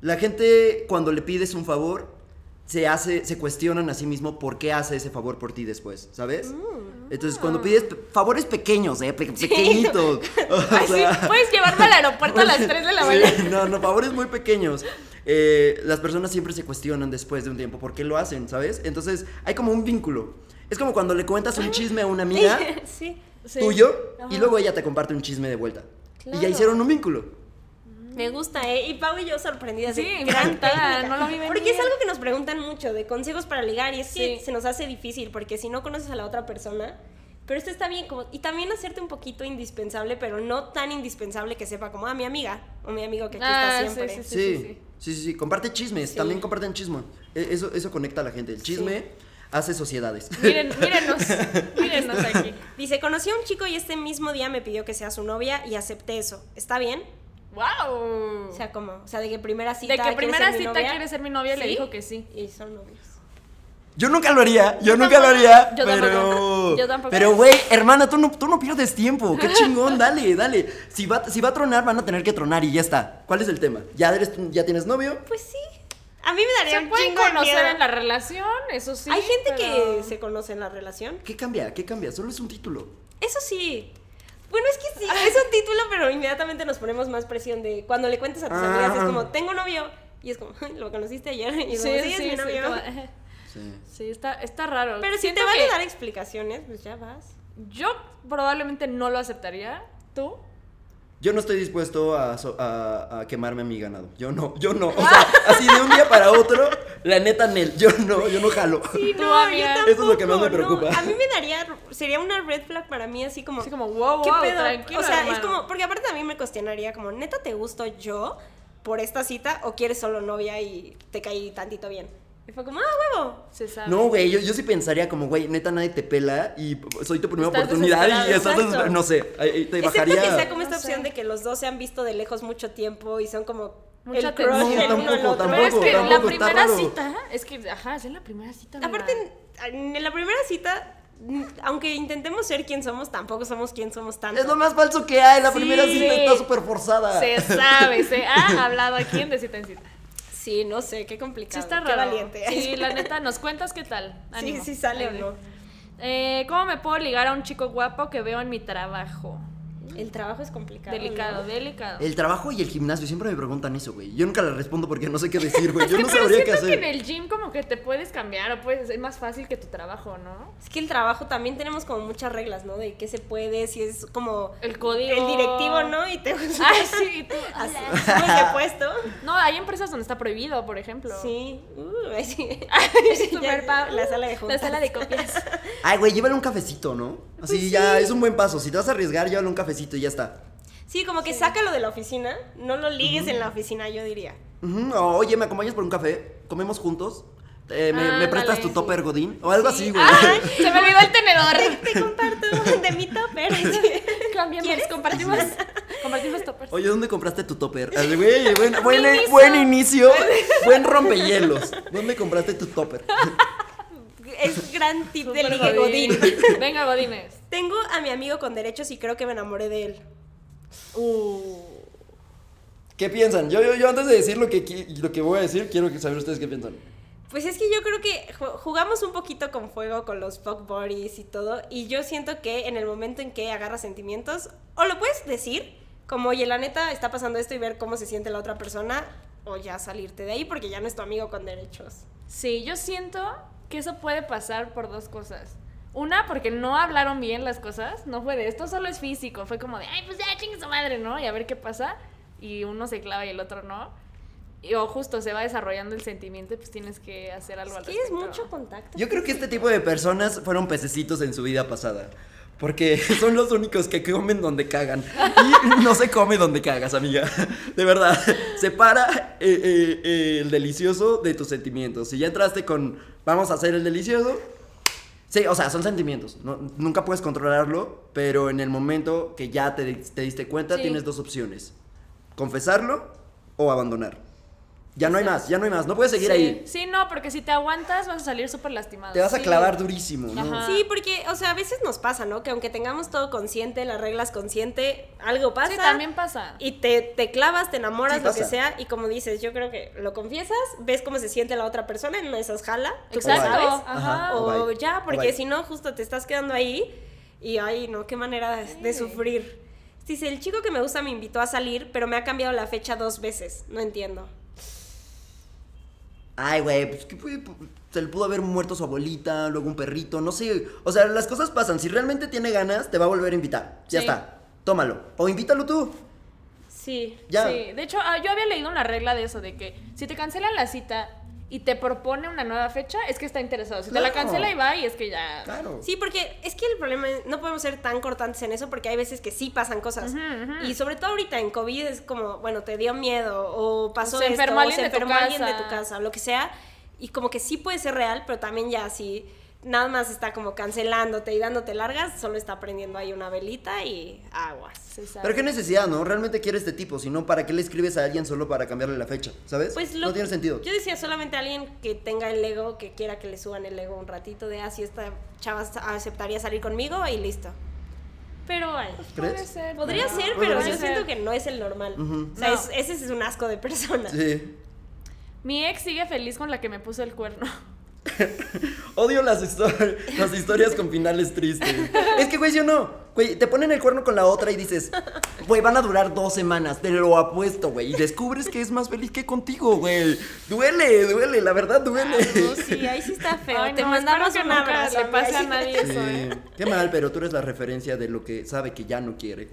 [SPEAKER 1] La gente cuando le pides un favor, se hace, se cuestionan a sí mismo por qué hace ese favor por ti después, ¿sabes?
[SPEAKER 4] Mm.
[SPEAKER 1] Entonces, cuando pides pe- favores pequeños, eh, Pe- pequeñitos. o
[SPEAKER 4] Ay, sí,
[SPEAKER 1] sea-
[SPEAKER 4] puedes llevarme al aeropuerto a las 3 de la
[SPEAKER 1] Sí,
[SPEAKER 4] mañana.
[SPEAKER 1] no, no, favores muy pequeños. Eh, las personas siempre se cuestionan después de un tiempo por qué lo hacen, ¿sabes? Entonces hay como un vínculo. Es como cuando le cuentas un chisme a una amiga
[SPEAKER 3] sí.
[SPEAKER 4] Sí.
[SPEAKER 1] tuyo y
[SPEAKER 4] Ajá.
[SPEAKER 1] luego ella te comparte un chisme de vuelta. Y ya
[SPEAKER 3] Claro.
[SPEAKER 1] hicieron un vínculo.
[SPEAKER 3] Me gusta, ¿eh? Y Pau y yo sorprendidas.
[SPEAKER 4] Sí,
[SPEAKER 3] de
[SPEAKER 4] encantada,
[SPEAKER 3] técnica.
[SPEAKER 4] no lo vi venir.
[SPEAKER 3] Porque es algo que nos preguntan mucho, de consejos para ligar, y es que
[SPEAKER 4] Sí.
[SPEAKER 3] se nos hace difícil, porque si no conoces a la otra persona, pero esto está bien, como, y también hacerte un poquito indispensable, pero no tan indispensable que sepa como, ah, mi amiga, o mi amigo que aquí
[SPEAKER 4] Ah,
[SPEAKER 3] está siempre.
[SPEAKER 4] sí,
[SPEAKER 1] Sí, sí, sí. sí, sí. Comparte chismes, también comparten chisme. E- Eso, eso conecta a la gente. El chisme hace sociedades.
[SPEAKER 4] Miren, mírenos, mírenos aquí.
[SPEAKER 3] Dice, conocí a un chico y este mismo día me pidió que sea su novia y acepté eso. ¿Está bien?
[SPEAKER 4] ¡Wow!
[SPEAKER 3] O sea, como, o sea, de que primera cita.
[SPEAKER 4] de que
[SPEAKER 3] ¿quieres
[SPEAKER 4] primera
[SPEAKER 3] ser mi
[SPEAKER 4] cita
[SPEAKER 3] novia?
[SPEAKER 4] quiere ser mi novia y le
[SPEAKER 3] ¿Sí?
[SPEAKER 4] dijo que sí.
[SPEAKER 3] Y son novios.
[SPEAKER 1] Yo nunca lo haría, yo,
[SPEAKER 4] Yo
[SPEAKER 1] nunca lo
[SPEAKER 4] tampoco,
[SPEAKER 1] haría,
[SPEAKER 4] yo
[SPEAKER 1] pero...
[SPEAKER 4] tampoco, yo tampoco.
[SPEAKER 1] Pero, güey, hermana, tú no, tú no pierdes tiempo, qué chingón, dale, dale. Si va, si va a tronar, van a tener que tronar y ya está. ¿Cuál es el tema? ¿Ya, eres, tú- ya tienes novio?
[SPEAKER 3] Pues sí. A mí me daría
[SPEAKER 4] Se
[SPEAKER 3] un
[SPEAKER 4] pueden
[SPEAKER 3] chingo de
[SPEAKER 4] conocer
[SPEAKER 3] miedo.
[SPEAKER 4] en la relación, eso sí.
[SPEAKER 3] Hay gente que
[SPEAKER 4] pero-
[SPEAKER 3] se conoce en la relación.
[SPEAKER 1] ¿Qué cambia? ¿Qué cambia? Solo es un título.
[SPEAKER 3] Eso sí. Bueno, es que sí,
[SPEAKER 4] Ah.
[SPEAKER 3] es un título, pero inmediatamente nos ponemos más presión de cuando le cuentas a tus
[SPEAKER 1] Ah.
[SPEAKER 3] amigas, es como, tengo novio. Y es como, "Ay, lo conociste ayer. Y es como, sí, es mi novio.
[SPEAKER 4] como-
[SPEAKER 1] Sí.
[SPEAKER 4] Sí, está, está raro.
[SPEAKER 3] pero si
[SPEAKER 4] Siento
[SPEAKER 3] te van
[SPEAKER 4] que
[SPEAKER 3] a dar explicaciones, pues ya vas.
[SPEAKER 4] Yo probablemente no lo aceptaría. ¿Tú?
[SPEAKER 1] Yo no estoy dispuesto a, so- a- a quemarme a mi ganado. Yo no, yo no. O sea, así de un día para otro, la neta, Nel, yo no, yo no jalo.
[SPEAKER 3] Sí,
[SPEAKER 4] Tú,
[SPEAKER 3] no,
[SPEAKER 4] amiga.
[SPEAKER 3] yo
[SPEAKER 1] Eso es lo que más me
[SPEAKER 3] tampoco, no.
[SPEAKER 1] preocupa.
[SPEAKER 3] A mí me daría, sería una red flag para mí, así como,
[SPEAKER 4] Así como, wow,
[SPEAKER 3] ¿qué
[SPEAKER 4] wow,
[SPEAKER 3] pedo?
[SPEAKER 4] tranquilo,
[SPEAKER 3] o sea, es
[SPEAKER 4] hermano.
[SPEAKER 3] como, porque aparte a mí me cuestionaría como, ¿neta te gusto yo por esta cita o quieres solo novia y te caí tantito bien? Y fue como, ah, huevo.
[SPEAKER 4] Se sabe.
[SPEAKER 1] No, güey, yo, yo sí pensaría como, güey, neta, nadade te pela y p- soy tu primera
[SPEAKER 4] Estás
[SPEAKER 1] oportunidad y
[SPEAKER 4] desesperado,
[SPEAKER 1] estás,
[SPEAKER 3] exacto.
[SPEAKER 1] desesper- no sé, ahí- ahí te
[SPEAKER 3] Excepto
[SPEAKER 1] bajaría.
[SPEAKER 3] que sea como esta
[SPEAKER 4] No sé.
[SPEAKER 3] opción de que los dos se han visto de lejos mucho tiempo y son como
[SPEAKER 4] Mucha
[SPEAKER 3] el crush
[SPEAKER 4] atención.
[SPEAKER 3] el
[SPEAKER 4] No,
[SPEAKER 3] uno al
[SPEAKER 1] tampoco,
[SPEAKER 3] otro.
[SPEAKER 4] Pero es que la
[SPEAKER 1] tampoco, está
[SPEAKER 4] primera
[SPEAKER 1] raro.
[SPEAKER 4] cita, es que, ajá, es en la primera cita. amiga.
[SPEAKER 3] Aparte, en, en la primera cita, n- aunque intentemos ser quien somos, tampoco somos quien somos tanto.
[SPEAKER 1] Es lo más falso que hay, la
[SPEAKER 4] Sí,
[SPEAKER 1] primera cita
[SPEAKER 4] sí.
[SPEAKER 1] está súper forzada.
[SPEAKER 4] se sabe, se ha hablado aquí en de cita en cita.
[SPEAKER 3] Sí, no sé, qué complicado.
[SPEAKER 4] Sí, está
[SPEAKER 3] Qué
[SPEAKER 4] raro.
[SPEAKER 3] valiente.
[SPEAKER 4] Sí, la neta, nos cuentas qué tal.
[SPEAKER 3] Sí,
[SPEAKER 4] Ánimo.
[SPEAKER 3] sí sale o
[SPEAKER 4] Ahí.
[SPEAKER 3] no.
[SPEAKER 4] Eh, ¿Cómo me puedo ligar a un chico guapo que veo en mi trabajo?
[SPEAKER 3] El trabajo es complicado.
[SPEAKER 4] delicado,
[SPEAKER 3] ¿no?
[SPEAKER 4] delicado.
[SPEAKER 1] El trabajo y el gimnasio, siempre me preguntan eso, güey. Yo nunca les respondo porque no sé qué decir, güey.
[SPEAKER 4] Es
[SPEAKER 1] Yo
[SPEAKER 4] que,
[SPEAKER 1] no
[SPEAKER 4] pero
[SPEAKER 1] sabría qué
[SPEAKER 4] siento que
[SPEAKER 1] hacer.
[SPEAKER 4] en el gym como que te puedes cambiar o puedes, es más fácil que tu trabajo, ¿no?
[SPEAKER 3] Es que el trabajo también tenemos como muchas reglas, ¿no? De qué se puede, si es como
[SPEAKER 4] El código. Ah,
[SPEAKER 3] el directivo, ¿no? Y te así,
[SPEAKER 4] Ay, sí, y tú.
[SPEAKER 3] súper depuesto.
[SPEAKER 4] No, hay empresas donde está prohibido, por ejemplo.
[SPEAKER 3] Sí. Uh, ahí sí.
[SPEAKER 4] Super
[SPEAKER 3] Ya, La sala de juntas.
[SPEAKER 4] La sala de copias. Pues
[SPEAKER 1] Ay, güey, llévale un cafecito, ¿no? Así ya, es un buen paso. Si te vas a arriesgar, llévale un cafecito y ya está.
[SPEAKER 3] Sí, como que sácalo de la oficina, no lo ligues en la oficina, yo diría.
[SPEAKER 1] Ujú, o, Oye, ¿me acompañas por un café? ¿Comemos juntos? Eh, ¿me,
[SPEAKER 4] Ah,
[SPEAKER 1] me prestas
[SPEAKER 4] ándale,
[SPEAKER 1] tu
[SPEAKER 4] sí. Ah.
[SPEAKER 1] topper, Godín? O algo así, güey.
[SPEAKER 4] ¡Ay! Se me olvidó el tenedor.
[SPEAKER 3] Te comparto de mi topper.
[SPEAKER 4] Cambiamos, compartimos. Compartimos toppers.
[SPEAKER 1] Oye, ¿dónde compraste tu topper? Así, güey, buen, buen,
[SPEAKER 4] Inicio.
[SPEAKER 1] buen inicio, buen rompehielos. ¿Dónde compraste tu topper?
[SPEAKER 3] Es gran tip de
[SPEAKER 4] Súper
[SPEAKER 3] ligue Godín.
[SPEAKER 4] Venga, Godines.
[SPEAKER 3] Tengo a mi amigo con derechos y creo que me enamoré de él.
[SPEAKER 1] ¿Qué piensan? Yo, yo, yo antes de decir lo que, qui- lo que voy a decir, quiero que saber ustedes qué piensan.
[SPEAKER 3] Pues es que yo creo que ju- jugamos un poquito con fuego con los fuck buddies y todo. Y yo siento que en el momento en que agarras sentimientos, o lo puedes decir, como oye, la neta está pasando esto y ver cómo se siente la otra persona, o ya salirte de ahí porque ya no es tu amigo con derechos.
[SPEAKER 4] Sí, yo siento que eso puede pasar por dos cosas. Una, porque no hablaron bien las cosas, no fue de esto, solo es físico, fue como de, ay, pues ya chingue su madre, ¿no? Y a ver qué pasa, y uno se clava y el otro no. Y, o justo se va desarrollando el sentimiento y pues tienes que hacer algo
[SPEAKER 3] Es
[SPEAKER 4] al
[SPEAKER 3] que es
[SPEAKER 4] respecto.
[SPEAKER 3] mucho contacto.
[SPEAKER 1] Yo creo que este tipo de personas fueron pececitos en su vida pasada. Porque son los únicos que comen donde cagan. Y no se come donde cagas, amiga. De verdad. Separa eh, eh, eh, el delicioso de tus sentimientos. Si ya entraste con vamos a hacer el delicioso. Sí, o sea, son sentimientos. no- nunca puedes controlarlo. Pero en el momento que ya te, te diste cuenta,
[SPEAKER 4] Sí.
[SPEAKER 1] tienes dos opciones: confesarlo o abandonar. Ya no hay más, ya no hay más. No puedes seguir
[SPEAKER 4] sí.
[SPEAKER 1] ahí.
[SPEAKER 4] Sí, no, porque si te aguantas vas a salir súper lastimado.
[SPEAKER 1] Te vas a
[SPEAKER 4] Sí.
[SPEAKER 1] clavar durísimo, ¿no?
[SPEAKER 4] Ajá.
[SPEAKER 3] Sí, porque, o sea, a veces nos pasa, ¿no? Que aunque tengamos todo consciente, las reglas consciente, algo pasa.
[SPEAKER 4] Sí, también pasa.
[SPEAKER 3] Y te, te clavas, te enamoras,
[SPEAKER 1] Sí,
[SPEAKER 3] lo que
[SPEAKER 1] pasa.
[SPEAKER 3] sea, y como dices, yo creo que lo confiesas, ves cómo se siente la otra persona, en una de esas jala, tú
[SPEAKER 4] Exacto.
[SPEAKER 3] sabes,
[SPEAKER 4] Ajá.
[SPEAKER 1] O
[SPEAKER 3] o
[SPEAKER 1] bye.
[SPEAKER 3] ya,
[SPEAKER 1] O bye.
[SPEAKER 3] porque si no, justo te estás quedando ahí, y ay, no, qué manera de, de sufrir. Dice, el chico que me gusta me invitó a salir, pero me ha cambiado la fecha dos veces, no entiendo.
[SPEAKER 1] Ay, güey, pues que puede- se le pudo haber muerto su abuelita, luego un perrito, no sé. O sea, las cosas pasan. Si realmente tiene ganas, te va a volver a invitar. Ya
[SPEAKER 4] Sí.
[SPEAKER 1] está. Tómalo. O invítalo tú.
[SPEAKER 3] Sí.
[SPEAKER 1] Ya.
[SPEAKER 4] Sí, de hecho, ah, yo había leído una regla de eso, de que si te cancelan la cita y te propone una nueva fecha, es que está interesado. Si te la
[SPEAKER 1] Claro.
[SPEAKER 4] cancela y va, y es que ya...
[SPEAKER 1] Claro.
[SPEAKER 3] Sí, porque es que el problema es, no podemos ser tan cortantes en eso porque hay veces que sí pasan cosas. Y sobre todo ahorita en COVID es como, bueno, te dio miedo o pasó
[SPEAKER 4] Se
[SPEAKER 3] esto,
[SPEAKER 4] enfermó
[SPEAKER 3] o
[SPEAKER 4] alguien
[SPEAKER 3] se
[SPEAKER 4] de tu
[SPEAKER 3] enfermó alguien de
[SPEAKER 4] casa.
[SPEAKER 3] tu casa, lo que sea. Y como que sí puede ser real, pero también ya si nada más está como cancelándote y dándote largas, solo está prendiendo ahí una velita y aguas.
[SPEAKER 4] Se sabe.
[SPEAKER 1] Pero qué necesidad, ¿no? Realmente quiere este tipo. Si no, ¿para qué le escribes a alguien solo para cambiarle la fecha? ¿Sabes?
[SPEAKER 3] Pues lo-
[SPEAKER 1] no tiene sentido.
[SPEAKER 3] Yo decía solamente a alguien que tenga el ego, que quiera que le suban el ego un ratito de así esta chava aceptaría salir conmigo y listo. Pero ay.
[SPEAKER 1] ¿Crees?
[SPEAKER 4] Puede ser.
[SPEAKER 3] Podría
[SPEAKER 4] pero-
[SPEAKER 3] ser,
[SPEAKER 1] Podría
[SPEAKER 3] pero
[SPEAKER 1] ser.
[SPEAKER 3] yo siento que no es el normal.
[SPEAKER 1] Ujú.
[SPEAKER 3] O sea,
[SPEAKER 4] No.
[SPEAKER 3] es- ese es un asco de persona.
[SPEAKER 1] Sí.
[SPEAKER 4] Mi ex sigue feliz con la que me puso el cuerno.
[SPEAKER 1] Odio las, histor- las historias con finales tristes. Es que, güey, yo no. Güey, te ponen el cuerno con la otra y dices, güey, van a durar dos semanas, te lo apuesto, güey. Y descubres que es más feliz que contigo, güey. Duele, duele, la verdad duele.
[SPEAKER 3] No, sí, ahí sí está feo.
[SPEAKER 4] Ay,
[SPEAKER 3] Te
[SPEAKER 4] no,
[SPEAKER 3] mandamos
[SPEAKER 4] espero que
[SPEAKER 3] un
[SPEAKER 4] nunca
[SPEAKER 3] abrazo.
[SPEAKER 4] le
[SPEAKER 3] amiga.
[SPEAKER 4] pase a
[SPEAKER 3] Sí.
[SPEAKER 4] nadie eso,
[SPEAKER 1] Sí.
[SPEAKER 4] ¿eh?
[SPEAKER 1] Qué mal, pero tú eres la referencia de lo que sabe que ya no quiere.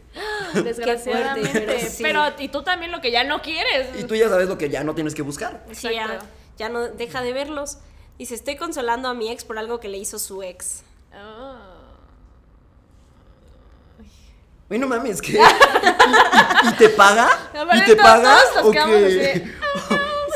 [SPEAKER 4] Desgraciadamente.
[SPEAKER 3] fuerte,
[SPEAKER 4] pero,
[SPEAKER 3] pero sí.
[SPEAKER 4] y tú también lo que ya no quieres.
[SPEAKER 1] Y tú ya sabes lo que ya no tienes que buscar.
[SPEAKER 3] Sí, ya,
[SPEAKER 4] Exacto.
[SPEAKER 3] ya no deja de verlos. Dice, estoy consolando a mi ex por algo que le hizo su ex.
[SPEAKER 4] Ah.
[SPEAKER 1] Güey, no mames, ¿qué? ¿Y, y- y te paga?
[SPEAKER 4] Aparte,
[SPEAKER 1] ¿Y te
[SPEAKER 4] to-
[SPEAKER 1] pagas?
[SPEAKER 4] todos nos
[SPEAKER 1] ¿O
[SPEAKER 4] quedamos "Ah,
[SPEAKER 1] qué?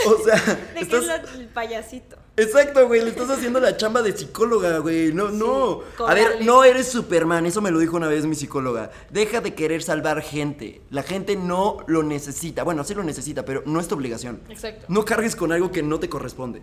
[SPEAKER 1] O sea,
[SPEAKER 3] ¿De qué
[SPEAKER 1] estás-
[SPEAKER 3] es la- el payasito?
[SPEAKER 1] Exacto, güey, le estás haciendo la chamba de psicóloga, güey. No, no. A
[SPEAKER 3] cobrarle.
[SPEAKER 1] ver, no eres Superman, eso me lo dijo una vez mi psicóloga. Deja de querer salvar gente. La gente no lo necesita. Bueno, sí lo necesita, pero no es tu obligación.
[SPEAKER 4] Exacto.
[SPEAKER 1] No cargues con algo que no te corresponde.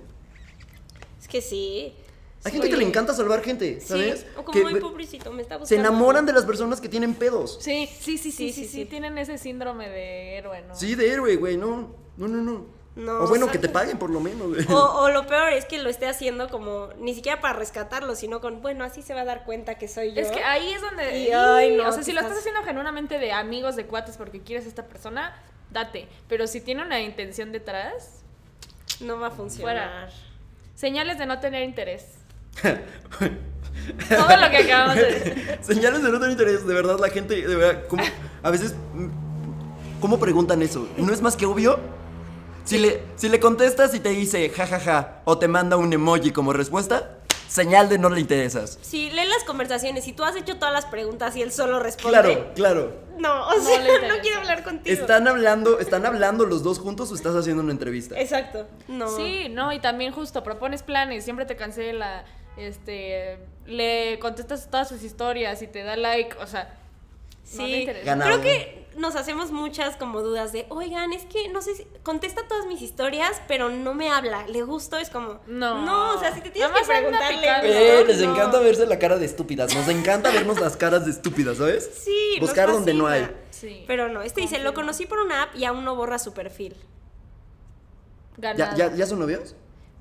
[SPEAKER 3] Es que sí.
[SPEAKER 1] Hay gente que le encanta salvar gente, ¿sabes?
[SPEAKER 3] Sí, o como
[SPEAKER 1] Que
[SPEAKER 3] muy
[SPEAKER 1] ve-
[SPEAKER 3] pobrecito, me está buscando.
[SPEAKER 1] se enamoran de las personas que tienen pedos.
[SPEAKER 4] Sí, sí, sí, sí, sí, sí,
[SPEAKER 3] sí, sí.
[SPEAKER 4] Tienen ese síndrome de héroe, ¿no?
[SPEAKER 1] Sí, de héroe, güey, no. No, no, no.
[SPEAKER 3] No,
[SPEAKER 1] o bueno,
[SPEAKER 3] exacto.
[SPEAKER 1] que te paguen por lo menos, güey.
[SPEAKER 3] O, o lo peor es que lo esté haciendo como, ni siquiera para rescatarlo, sino con, bueno, así se va a dar cuenta que soy yo.
[SPEAKER 4] Es que ahí es donde.
[SPEAKER 3] Y, ay,
[SPEAKER 4] y,
[SPEAKER 3] no,
[SPEAKER 4] o sea,
[SPEAKER 3] que
[SPEAKER 4] si lo estás
[SPEAKER 3] estás-
[SPEAKER 4] haciendo genuinamente de amigos, de cuates, porque quieres a esta persona, date. Pero si tiene una intención detrás,
[SPEAKER 3] No va a funcionar.
[SPEAKER 4] señales de no tener interés. Todo lo que acabamos de decir.
[SPEAKER 1] Señales de no tener interés, de verdad, la gente, de verdad, ¿cómo- a veces, mm, ¿cómo preguntan eso? ¿No es más que obvio? Si le, si le contestas y te dice jajaja o te manda un emoji como respuesta, señal de no le interesas.
[SPEAKER 3] Sí, lee las conversaciones. Si tú has hecho todas las preguntas y él solo responde.
[SPEAKER 1] Claro, claro.
[SPEAKER 3] No, o sea, no,
[SPEAKER 4] interesa.
[SPEAKER 3] quiero hablar contigo.
[SPEAKER 1] ¿Están hablando, ¿Están hablando los dos juntos o estás haciendo una entrevista?
[SPEAKER 3] Exacto. No.
[SPEAKER 4] Sí, no, y también justo propones planes, siempre te cancela, este, le contestas todas sus historias y te da like, o sea, no le
[SPEAKER 3] Sí,
[SPEAKER 4] interesa.
[SPEAKER 1] Ganado.
[SPEAKER 3] creo que nos hacemos muchas como dudas de, oigan, es que no sé, si, contesta todas mis historias, pero no me habla, le gusto, es como,
[SPEAKER 4] No.
[SPEAKER 3] no, o sea, si te tienes
[SPEAKER 4] Nada
[SPEAKER 3] que
[SPEAKER 4] más anda
[SPEAKER 3] preguntarle,
[SPEAKER 4] picando.
[SPEAKER 1] Eh,
[SPEAKER 4] No,
[SPEAKER 1] les
[SPEAKER 4] no.
[SPEAKER 1] encanta verse la cara de estúpidas. Nos encanta vernos las caras de estúpidas, ¿sabes?
[SPEAKER 3] sí, nos
[SPEAKER 1] Buscar donde no hay.
[SPEAKER 3] fascina.
[SPEAKER 4] Sí.
[SPEAKER 3] Pero no, este dice, lo conocí por una app y aún no borra su perfil.
[SPEAKER 1] ¿Ya,
[SPEAKER 4] ganado.
[SPEAKER 1] ya, ya son novios?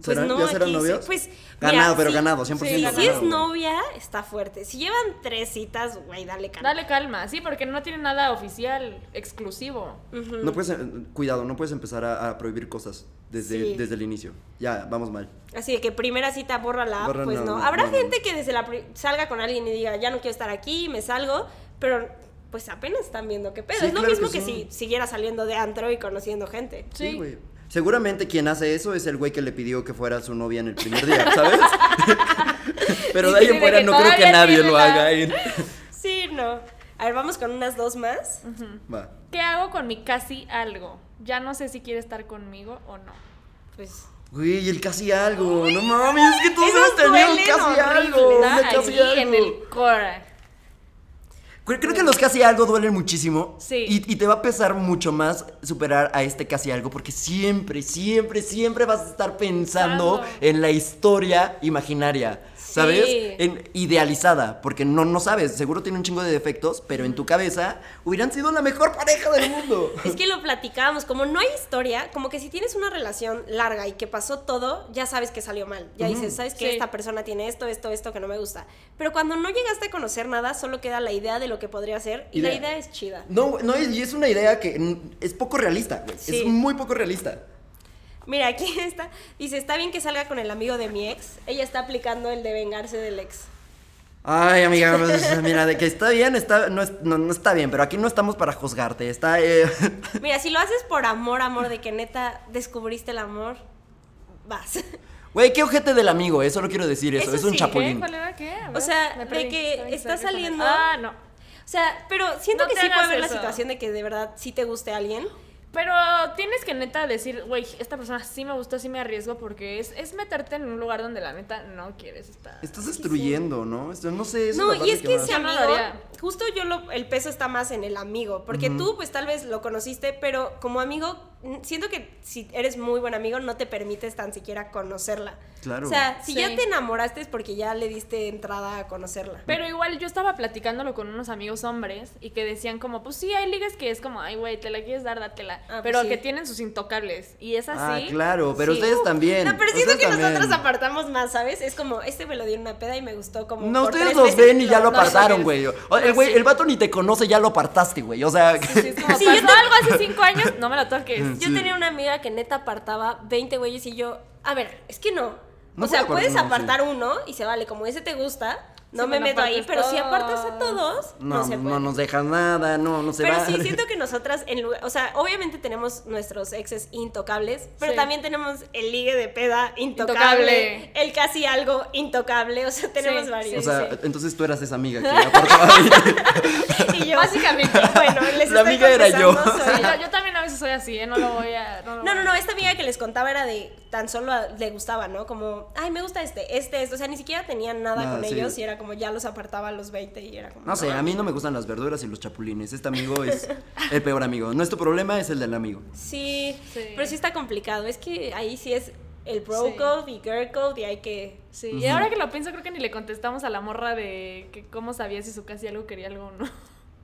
[SPEAKER 3] Pues
[SPEAKER 1] ¿Serán-
[SPEAKER 3] no,
[SPEAKER 1] ¿Ya serán
[SPEAKER 3] aquí sí,
[SPEAKER 1] novios?
[SPEAKER 3] pues,
[SPEAKER 1] ganado,
[SPEAKER 3] mira,
[SPEAKER 1] pero
[SPEAKER 3] sí,
[SPEAKER 1] ganado, 100%
[SPEAKER 3] sí,
[SPEAKER 1] ganado.
[SPEAKER 3] Si es
[SPEAKER 1] güey.
[SPEAKER 3] novia, está fuerte. Si llevan tres citas, güey, dale calma.
[SPEAKER 4] Dale calma, sí, porque no tiene nada oficial, exclusivo.
[SPEAKER 1] No puedes, eh, cuidado, no puedes empezar a, a prohibir cosas desde,
[SPEAKER 3] Sí.
[SPEAKER 1] desde el inicio. Ya, vamos mal.
[SPEAKER 3] Así de que primera cita borra la app,
[SPEAKER 1] Borra,
[SPEAKER 3] pues
[SPEAKER 1] no,
[SPEAKER 3] no.
[SPEAKER 1] no,
[SPEAKER 3] Habrá
[SPEAKER 1] no, no.
[SPEAKER 3] gente que desde la pri- salga con alguien y diga, ya no quiero estar aquí, me salgo, pero pues apenas están viendo qué pedo.
[SPEAKER 1] Sí,
[SPEAKER 3] es lo
[SPEAKER 1] claro
[SPEAKER 3] mismo
[SPEAKER 1] que
[SPEAKER 3] que,
[SPEAKER 1] sí.
[SPEAKER 3] si siguiera saliendo de antro y conociendo gente.
[SPEAKER 4] Sí.
[SPEAKER 1] Sí, güey. Seguramente quien hace eso es el güey que le pidió que fuera su novia en el primer día, ¿sabes? pero de ahí
[SPEAKER 4] Sí,
[SPEAKER 1] en
[SPEAKER 4] de
[SPEAKER 1] fuera
[SPEAKER 4] que
[SPEAKER 1] no creo que
[SPEAKER 4] todavía
[SPEAKER 1] nadie
[SPEAKER 4] tiene
[SPEAKER 1] lo
[SPEAKER 4] la-
[SPEAKER 1] haga. ¿eh?
[SPEAKER 3] Sí, no. A ver, vamos con unas dos más.
[SPEAKER 1] Va.
[SPEAKER 4] ¿Qué hago con mi casi algo? Ya no sé si quiere estar conmigo o no.
[SPEAKER 3] Pues
[SPEAKER 1] Güey, el casi algo. no mames, es que todos hemos
[SPEAKER 3] esos
[SPEAKER 1] tenido un
[SPEAKER 3] duelen
[SPEAKER 1] casi
[SPEAKER 3] horrible,
[SPEAKER 1] algo.
[SPEAKER 4] Está
[SPEAKER 1] una casi
[SPEAKER 4] ahí en
[SPEAKER 1] algo.
[SPEAKER 4] el core.
[SPEAKER 1] Creo, creo que los casi algo duelen muchísimo.
[SPEAKER 4] Sí.
[SPEAKER 1] Y, y te va a pesar mucho más superar a este casi algo porque siempre, siempre, siempre vas a estar pensando
[SPEAKER 4] Pensando.
[SPEAKER 1] en la historia imaginaria. ¿Sabes? En, idealizada, porque no, no sabes, seguro tiene un chingo de defectos, pero en tu cabeza hubieran sido la mejor pareja del mundo.
[SPEAKER 3] es que lo platicábamos, como no hay historia, como que si tienes una relación larga y que pasó todo, ya sabes que salió mal. Ya dices, sabes que
[SPEAKER 4] Sí.
[SPEAKER 3] esta persona tiene esto, esto, esto que no me gusta. Pero cuando no llegaste a conocer nada, solo queda la idea de lo que podría ser y la
[SPEAKER 1] Idea.
[SPEAKER 3] idea es chida.
[SPEAKER 1] No, no, y es una idea que mm, es poco realista, güey.
[SPEAKER 3] Sí.
[SPEAKER 1] Es muy poco realista.
[SPEAKER 3] Mira, aquí está. Dice, está bien que salga con el amigo de mi ex. Ella está aplicando el de vengarse del ex.
[SPEAKER 1] Ay, amiga, pues, mira, de que está bien, está, no, es- no, no está bien, pero aquí no estamos para juzgarte. Está. eh,
[SPEAKER 3] Mira, si lo haces por amor, amor, de que neta descubriste el amor, vas.
[SPEAKER 1] Güey, qué ojete del amigo, eso lo quiero decir, eso,
[SPEAKER 3] Eso
[SPEAKER 1] es un
[SPEAKER 3] sí, ¿eh?
[SPEAKER 1] chapulín.
[SPEAKER 4] ¿Qué? ¿Cuál era qué? A ver,
[SPEAKER 3] sea,
[SPEAKER 4] me
[SPEAKER 3] de
[SPEAKER 4] perdí.
[SPEAKER 3] que
[SPEAKER 4] Ay,
[SPEAKER 3] está
[SPEAKER 4] sorry, sorry.
[SPEAKER 3] saliendo-
[SPEAKER 4] Ah, no.
[SPEAKER 3] O sea, pero siento
[SPEAKER 4] No
[SPEAKER 3] que
[SPEAKER 4] te
[SPEAKER 3] sí puede
[SPEAKER 4] hagas
[SPEAKER 3] haber la
[SPEAKER 4] eso.
[SPEAKER 3] situación de que de verdad sí te guste alguien.
[SPEAKER 4] Pero tienes que neta decir, güey, esta persona sí me gustó, sí me arriesgo, porque es, es meterte en un lugar donde la neta no quieres estar.
[SPEAKER 1] Estás destruyendo, ¿no? Esto- no sé, eso
[SPEAKER 3] no,
[SPEAKER 1] me
[SPEAKER 3] y
[SPEAKER 1] parece
[SPEAKER 3] es que ese
[SPEAKER 1] va-
[SPEAKER 4] Yo no lo
[SPEAKER 3] amigo,
[SPEAKER 4] haría.
[SPEAKER 3] justo yo lo, el peso está más en el amigo, porque tú pues tal vez lo conociste, pero como amigo, mm, siento que si eres muy buen amigo no te permites tan siquiera conocerla.
[SPEAKER 1] Claro.
[SPEAKER 3] O sea, si
[SPEAKER 4] Sí.
[SPEAKER 3] ya te enamoraste es porque ya le diste entrada a conocerla.
[SPEAKER 4] Pero igual yo estaba platicándolo con unos amigos hombres y que decían como, pues sí, hay ligas que es como, ay, güey, te la quieres dar, dátela.
[SPEAKER 3] Ah, pues
[SPEAKER 4] pero
[SPEAKER 3] sí.
[SPEAKER 4] que tienen sus intocables. Y es
[SPEAKER 1] Ah,
[SPEAKER 4] así.
[SPEAKER 1] claro, pero
[SPEAKER 4] sí.
[SPEAKER 1] ustedes también.
[SPEAKER 3] No, pero siento
[SPEAKER 1] ustedes
[SPEAKER 3] que
[SPEAKER 1] también.
[SPEAKER 3] nosotros apartamos más, ¿sabes? Es como, este me lo dio en una peda y me gustó como.
[SPEAKER 1] No,
[SPEAKER 3] por
[SPEAKER 1] ustedes
[SPEAKER 3] tres
[SPEAKER 1] los
[SPEAKER 3] veces.
[SPEAKER 1] ven y ya lo
[SPEAKER 4] no, no,
[SPEAKER 1] apartaron,
[SPEAKER 4] no,
[SPEAKER 1] güey.
[SPEAKER 4] no,
[SPEAKER 1] O- El güey, el vato ni te conoce, ya lo apartaste, güey. O sea,
[SPEAKER 4] Sí, es como,
[SPEAKER 3] Sí, yo
[SPEAKER 4] pasó algo hace cinco años, no me lo toques.
[SPEAKER 1] Mm.
[SPEAKER 3] Yo tenía una amiga que neta apartaba 20 güeyes y yo, a ver, es que no.
[SPEAKER 1] No
[SPEAKER 3] o sea,
[SPEAKER 1] puede
[SPEAKER 3] puedes
[SPEAKER 1] apartar uno,
[SPEAKER 3] apartar uno y se vale, como ese te gusta, no
[SPEAKER 4] Sí,
[SPEAKER 3] me
[SPEAKER 4] pero
[SPEAKER 3] meto ahí,
[SPEAKER 4] apartas
[SPEAKER 3] pero si apartas a
[SPEAKER 4] todos.
[SPEAKER 3] todos, no,
[SPEAKER 1] no,
[SPEAKER 3] se
[SPEAKER 1] no,
[SPEAKER 3] puede.
[SPEAKER 1] nos dejas nada, no, no se
[SPEAKER 3] pero
[SPEAKER 1] va.
[SPEAKER 3] sí siento que nosotras, en lugar, o sea, obviamente tenemos nuestros exes intocables, pero
[SPEAKER 4] Sí.
[SPEAKER 3] también tenemos el ligue de peda intocable,
[SPEAKER 4] Intocable.
[SPEAKER 3] el casi algo intocable, o sea, tenemos
[SPEAKER 4] Sí,
[SPEAKER 3] varios.
[SPEAKER 1] o
[SPEAKER 4] sí,
[SPEAKER 1] sea,
[SPEAKER 4] sí.
[SPEAKER 1] entonces tú eras esa amiga que apartaba.
[SPEAKER 3] Y yo,
[SPEAKER 4] Básicamente.
[SPEAKER 3] bueno, les
[SPEAKER 1] La
[SPEAKER 3] estoy
[SPEAKER 1] amiga era yo.
[SPEAKER 3] confesando, soy
[SPEAKER 4] Sí, yo, yo también a veces soy así, ¿eh? No lo voy a... No, lo voy
[SPEAKER 3] No, no,
[SPEAKER 4] a-
[SPEAKER 3] no, esta amiga que les contaba era de tan solo a- le gustaba, ¿no? Como, ay, me gusta este, este, este. O sea, ni siquiera tenían nada
[SPEAKER 1] Nada,
[SPEAKER 3] con
[SPEAKER 1] Ah, sí.
[SPEAKER 3] ellos y era como ya los apartaba a los 20 y era como.
[SPEAKER 1] No sé, a mí no me gustan las verduras y los chapulines. Este amigo es el peor amigo. Nuestro problema es el del amigo.
[SPEAKER 3] Sí,
[SPEAKER 4] Sí.
[SPEAKER 3] pero sí está complicado. Es que ahí sí es el bro code y girl code y hay que.
[SPEAKER 4] Sí, y ahora que lo pienso, creo que ni le contestamos a la morra de que cómo sabía si su casi algo quería algo o no.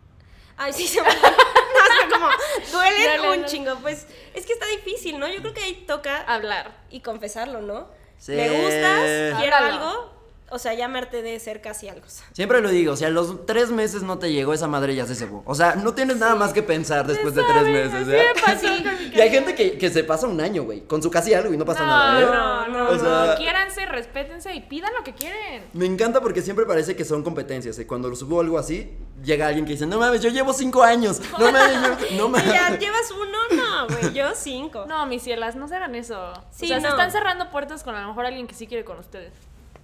[SPEAKER 3] Ay, sí, se me. no, o sea, como duelen
[SPEAKER 4] Duele,
[SPEAKER 3] un
[SPEAKER 4] ¿no?
[SPEAKER 3] chingo. Pues es que está difícil, ¿no? Yo creo que ahí toca
[SPEAKER 4] Hablar.
[SPEAKER 3] y confesarlo, ¿no?
[SPEAKER 1] Sí.
[SPEAKER 3] Me gustas, quiero
[SPEAKER 4] Háblalo.
[SPEAKER 3] algo. O sea, ya me harté de ser casi algo.
[SPEAKER 1] Siempre lo digo, si a los tres meses no te llegó esa madre ya se cebó. O sea, no tienes nada más que pensar después de tres meses.
[SPEAKER 4] ¿Qué
[SPEAKER 1] ¿eh?
[SPEAKER 4] pasó
[SPEAKER 3] Sí.
[SPEAKER 4] con mi
[SPEAKER 1] Y hay gente que, que se pasa un año, güey, con su casi algo y no pasa nada. ¿eh?
[SPEAKER 4] No, no, no,
[SPEAKER 1] O sea-
[SPEAKER 4] no. Quiéranse, respétense y pidan lo que quieren.
[SPEAKER 1] Me encanta porque siempre parece que son competencias. Y cuando lo subo algo así, llega alguien que dice, no mames, yo llevo cinco años. No mames, yo, no
[SPEAKER 3] Y ya
[SPEAKER 1] mames.
[SPEAKER 3] llevas uno, no, güey, yo cinco.
[SPEAKER 4] No, mis cielas, no se hagan eso.
[SPEAKER 3] Sí,
[SPEAKER 4] o sea, se
[SPEAKER 3] no.
[SPEAKER 4] están cerrando puertas con a lo mejor alguien que sí quiere con ustedes.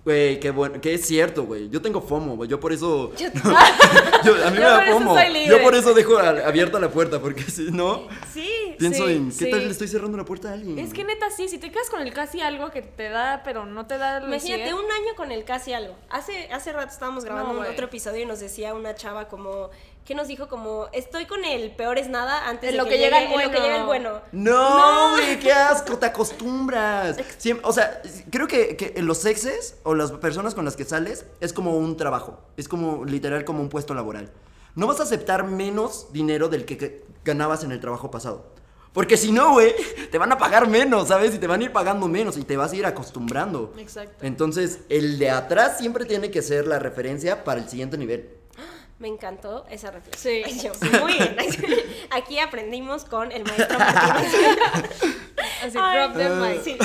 [SPEAKER 1] Güey, qué bueno, que es cierto, güey. Yo tengo FOMO, güey. Yo por eso.
[SPEAKER 4] Yo-
[SPEAKER 1] Yo- a mí
[SPEAKER 4] Yo
[SPEAKER 1] me da
[SPEAKER 4] por eso
[SPEAKER 1] FOMO.
[SPEAKER 4] soy libre.
[SPEAKER 1] Yo por eso dejo a- abierta la puerta, porque si no,
[SPEAKER 3] Sí.
[SPEAKER 1] pienso
[SPEAKER 4] Sí,
[SPEAKER 1] en qué
[SPEAKER 4] sí.
[SPEAKER 1] tal le estoy cerrando la puerta a alguien.
[SPEAKER 4] Es que neta sí, si te quedas con el casi algo que te da, pero no te da lo
[SPEAKER 3] Imagínate
[SPEAKER 4] cien,
[SPEAKER 3] un año con el casi algo. Hace, hace rato estábamos grabando
[SPEAKER 4] No,
[SPEAKER 3] un
[SPEAKER 4] güey.
[SPEAKER 3] otro episodio y nos decía una chava como que nos dijo como estoy con el peor es nada antes
[SPEAKER 4] En
[SPEAKER 3] de
[SPEAKER 4] lo
[SPEAKER 3] que,
[SPEAKER 4] que llega el
[SPEAKER 3] llegue- en lo que
[SPEAKER 4] bueno.
[SPEAKER 3] llega el bueno.
[SPEAKER 1] No, güey, qué asco, te acostumbras. Siem- o sea, creo que, que los exes o las personas con las que sales es como un trabajo, es como literal como un puesto laboral. No vas a aceptar menos dinero del que, que ganabas en el trabajo pasado. Porque si no, güey, te van a pagar menos, ¿sabes? Y te van a ir pagando menos y te vas a ir acostumbrando.
[SPEAKER 4] Exacto.
[SPEAKER 1] Entonces, el de atrás siempre tiene que ser la referencia para el siguiente nivel.
[SPEAKER 3] Me encantó esa reflexión.
[SPEAKER 4] Sí.
[SPEAKER 3] Ay, yo, muy bien. Aquí aprendimos con el maestro Martínez.
[SPEAKER 4] Así,
[SPEAKER 3] Ay,
[SPEAKER 4] drop the mic.
[SPEAKER 3] sí.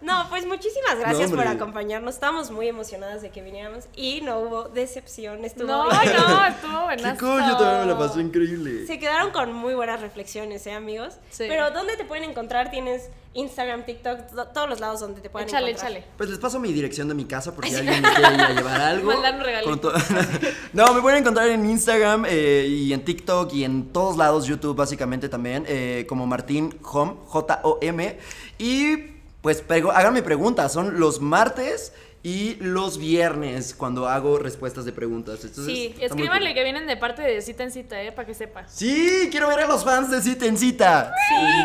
[SPEAKER 3] No, pues muchísimas gracias
[SPEAKER 1] No,
[SPEAKER 3] por
[SPEAKER 1] hombre.
[SPEAKER 3] acompañarnos. Estábamos muy emocionadas de que viniéramos y no hubo decepción. Estuvo
[SPEAKER 4] No,
[SPEAKER 3] bien.
[SPEAKER 4] no, estuvo
[SPEAKER 1] Qué
[SPEAKER 4] buenazo.
[SPEAKER 1] cool, yo también me la pasé increíble.
[SPEAKER 3] Se quedaron con muy buenas reflexiones, ¿eh, amigos?
[SPEAKER 4] Sí.
[SPEAKER 3] Pero ¿dónde te pueden encontrar? Tienes Instagram, TikTok, to- todos los lados donde te pueden
[SPEAKER 4] Échale,
[SPEAKER 3] encontrar.
[SPEAKER 4] échale.
[SPEAKER 1] Pues les paso mi dirección de mi casa por si alguien me quiere ir a llevar algo.
[SPEAKER 4] Mandar un regalito.
[SPEAKER 1] Con to- no, me pueden encontrar en Instagram eh, y en TikTok y en todos lados, YouTube básicamente también, eh, como Martín Home, J-O-M. Y pues prego- háganme preguntas, son los martes y los viernes cuando hago respuestas de preguntas. Entonces,
[SPEAKER 3] Sí,
[SPEAKER 1] está muy
[SPEAKER 4] Escríbanle
[SPEAKER 1] cool.
[SPEAKER 4] que vienen de parte de cita en cita, eh, para que sepa.
[SPEAKER 1] Sí, quiero ver a los fans de Cita en Cita.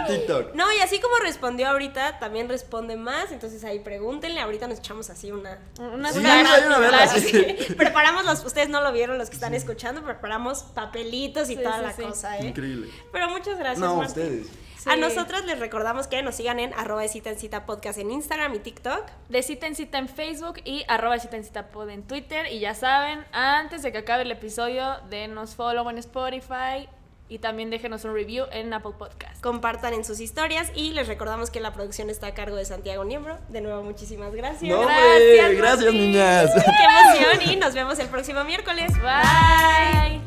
[SPEAKER 1] Sí. TikTok.
[SPEAKER 3] No, y así como respondió ahorita, también responde más. Entonces ahí pregúntenle. Ahorita nos echamos así una.
[SPEAKER 4] Una
[SPEAKER 1] Sí,
[SPEAKER 4] una-
[SPEAKER 1] hay una verla,
[SPEAKER 4] una-
[SPEAKER 1] sí.
[SPEAKER 3] preparamos los. Ustedes no lo vieron, los que están escuchando. Preparamos papelitos y
[SPEAKER 4] Sí,
[SPEAKER 3] toda
[SPEAKER 4] sí,
[SPEAKER 3] la
[SPEAKER 4] sí.
[SPEAKER 3] cosa, ¿eh?
[SPEAKER 1] Increíble.
[SPEAKER 3] Pero muchas gracias,
[SPEAKER 1] No,
[SPEAKER 3] Martín.
[SPEAKER 1] ustedes.
[SPEAKER 3] A
[SPEAKER 4] Sí.
[SPEAKER 3] nosotros les recordamos que nos sigan en arroba de cita en cita podcast en Instagram y TikTok.
[SPEAKER 4] De cita en cita en Facebook y arroba de cita en cita pod en Twitter. Y ya saben, antes de que acabe el episodio, denos follow en Spotify y también déjenos un review en Apple Podcast.
[SPEAKER 3] compartan en sus historias y les recordamos que la producción está a cargo de Santiago Niembro. De nuevo, muchísimas gracias.
[SPEAKER 1] No, hombre,
[SPEAKER 4] Gracias,
[SPEAKER 1] gracias
[SPEAKER 4] Martín.
[SPEAKER 1] niñas.
[SPEAKER 3] ¡Qué emoción! Y nos vemos el próximo miércoles.
[SPEAKER 4] Bye.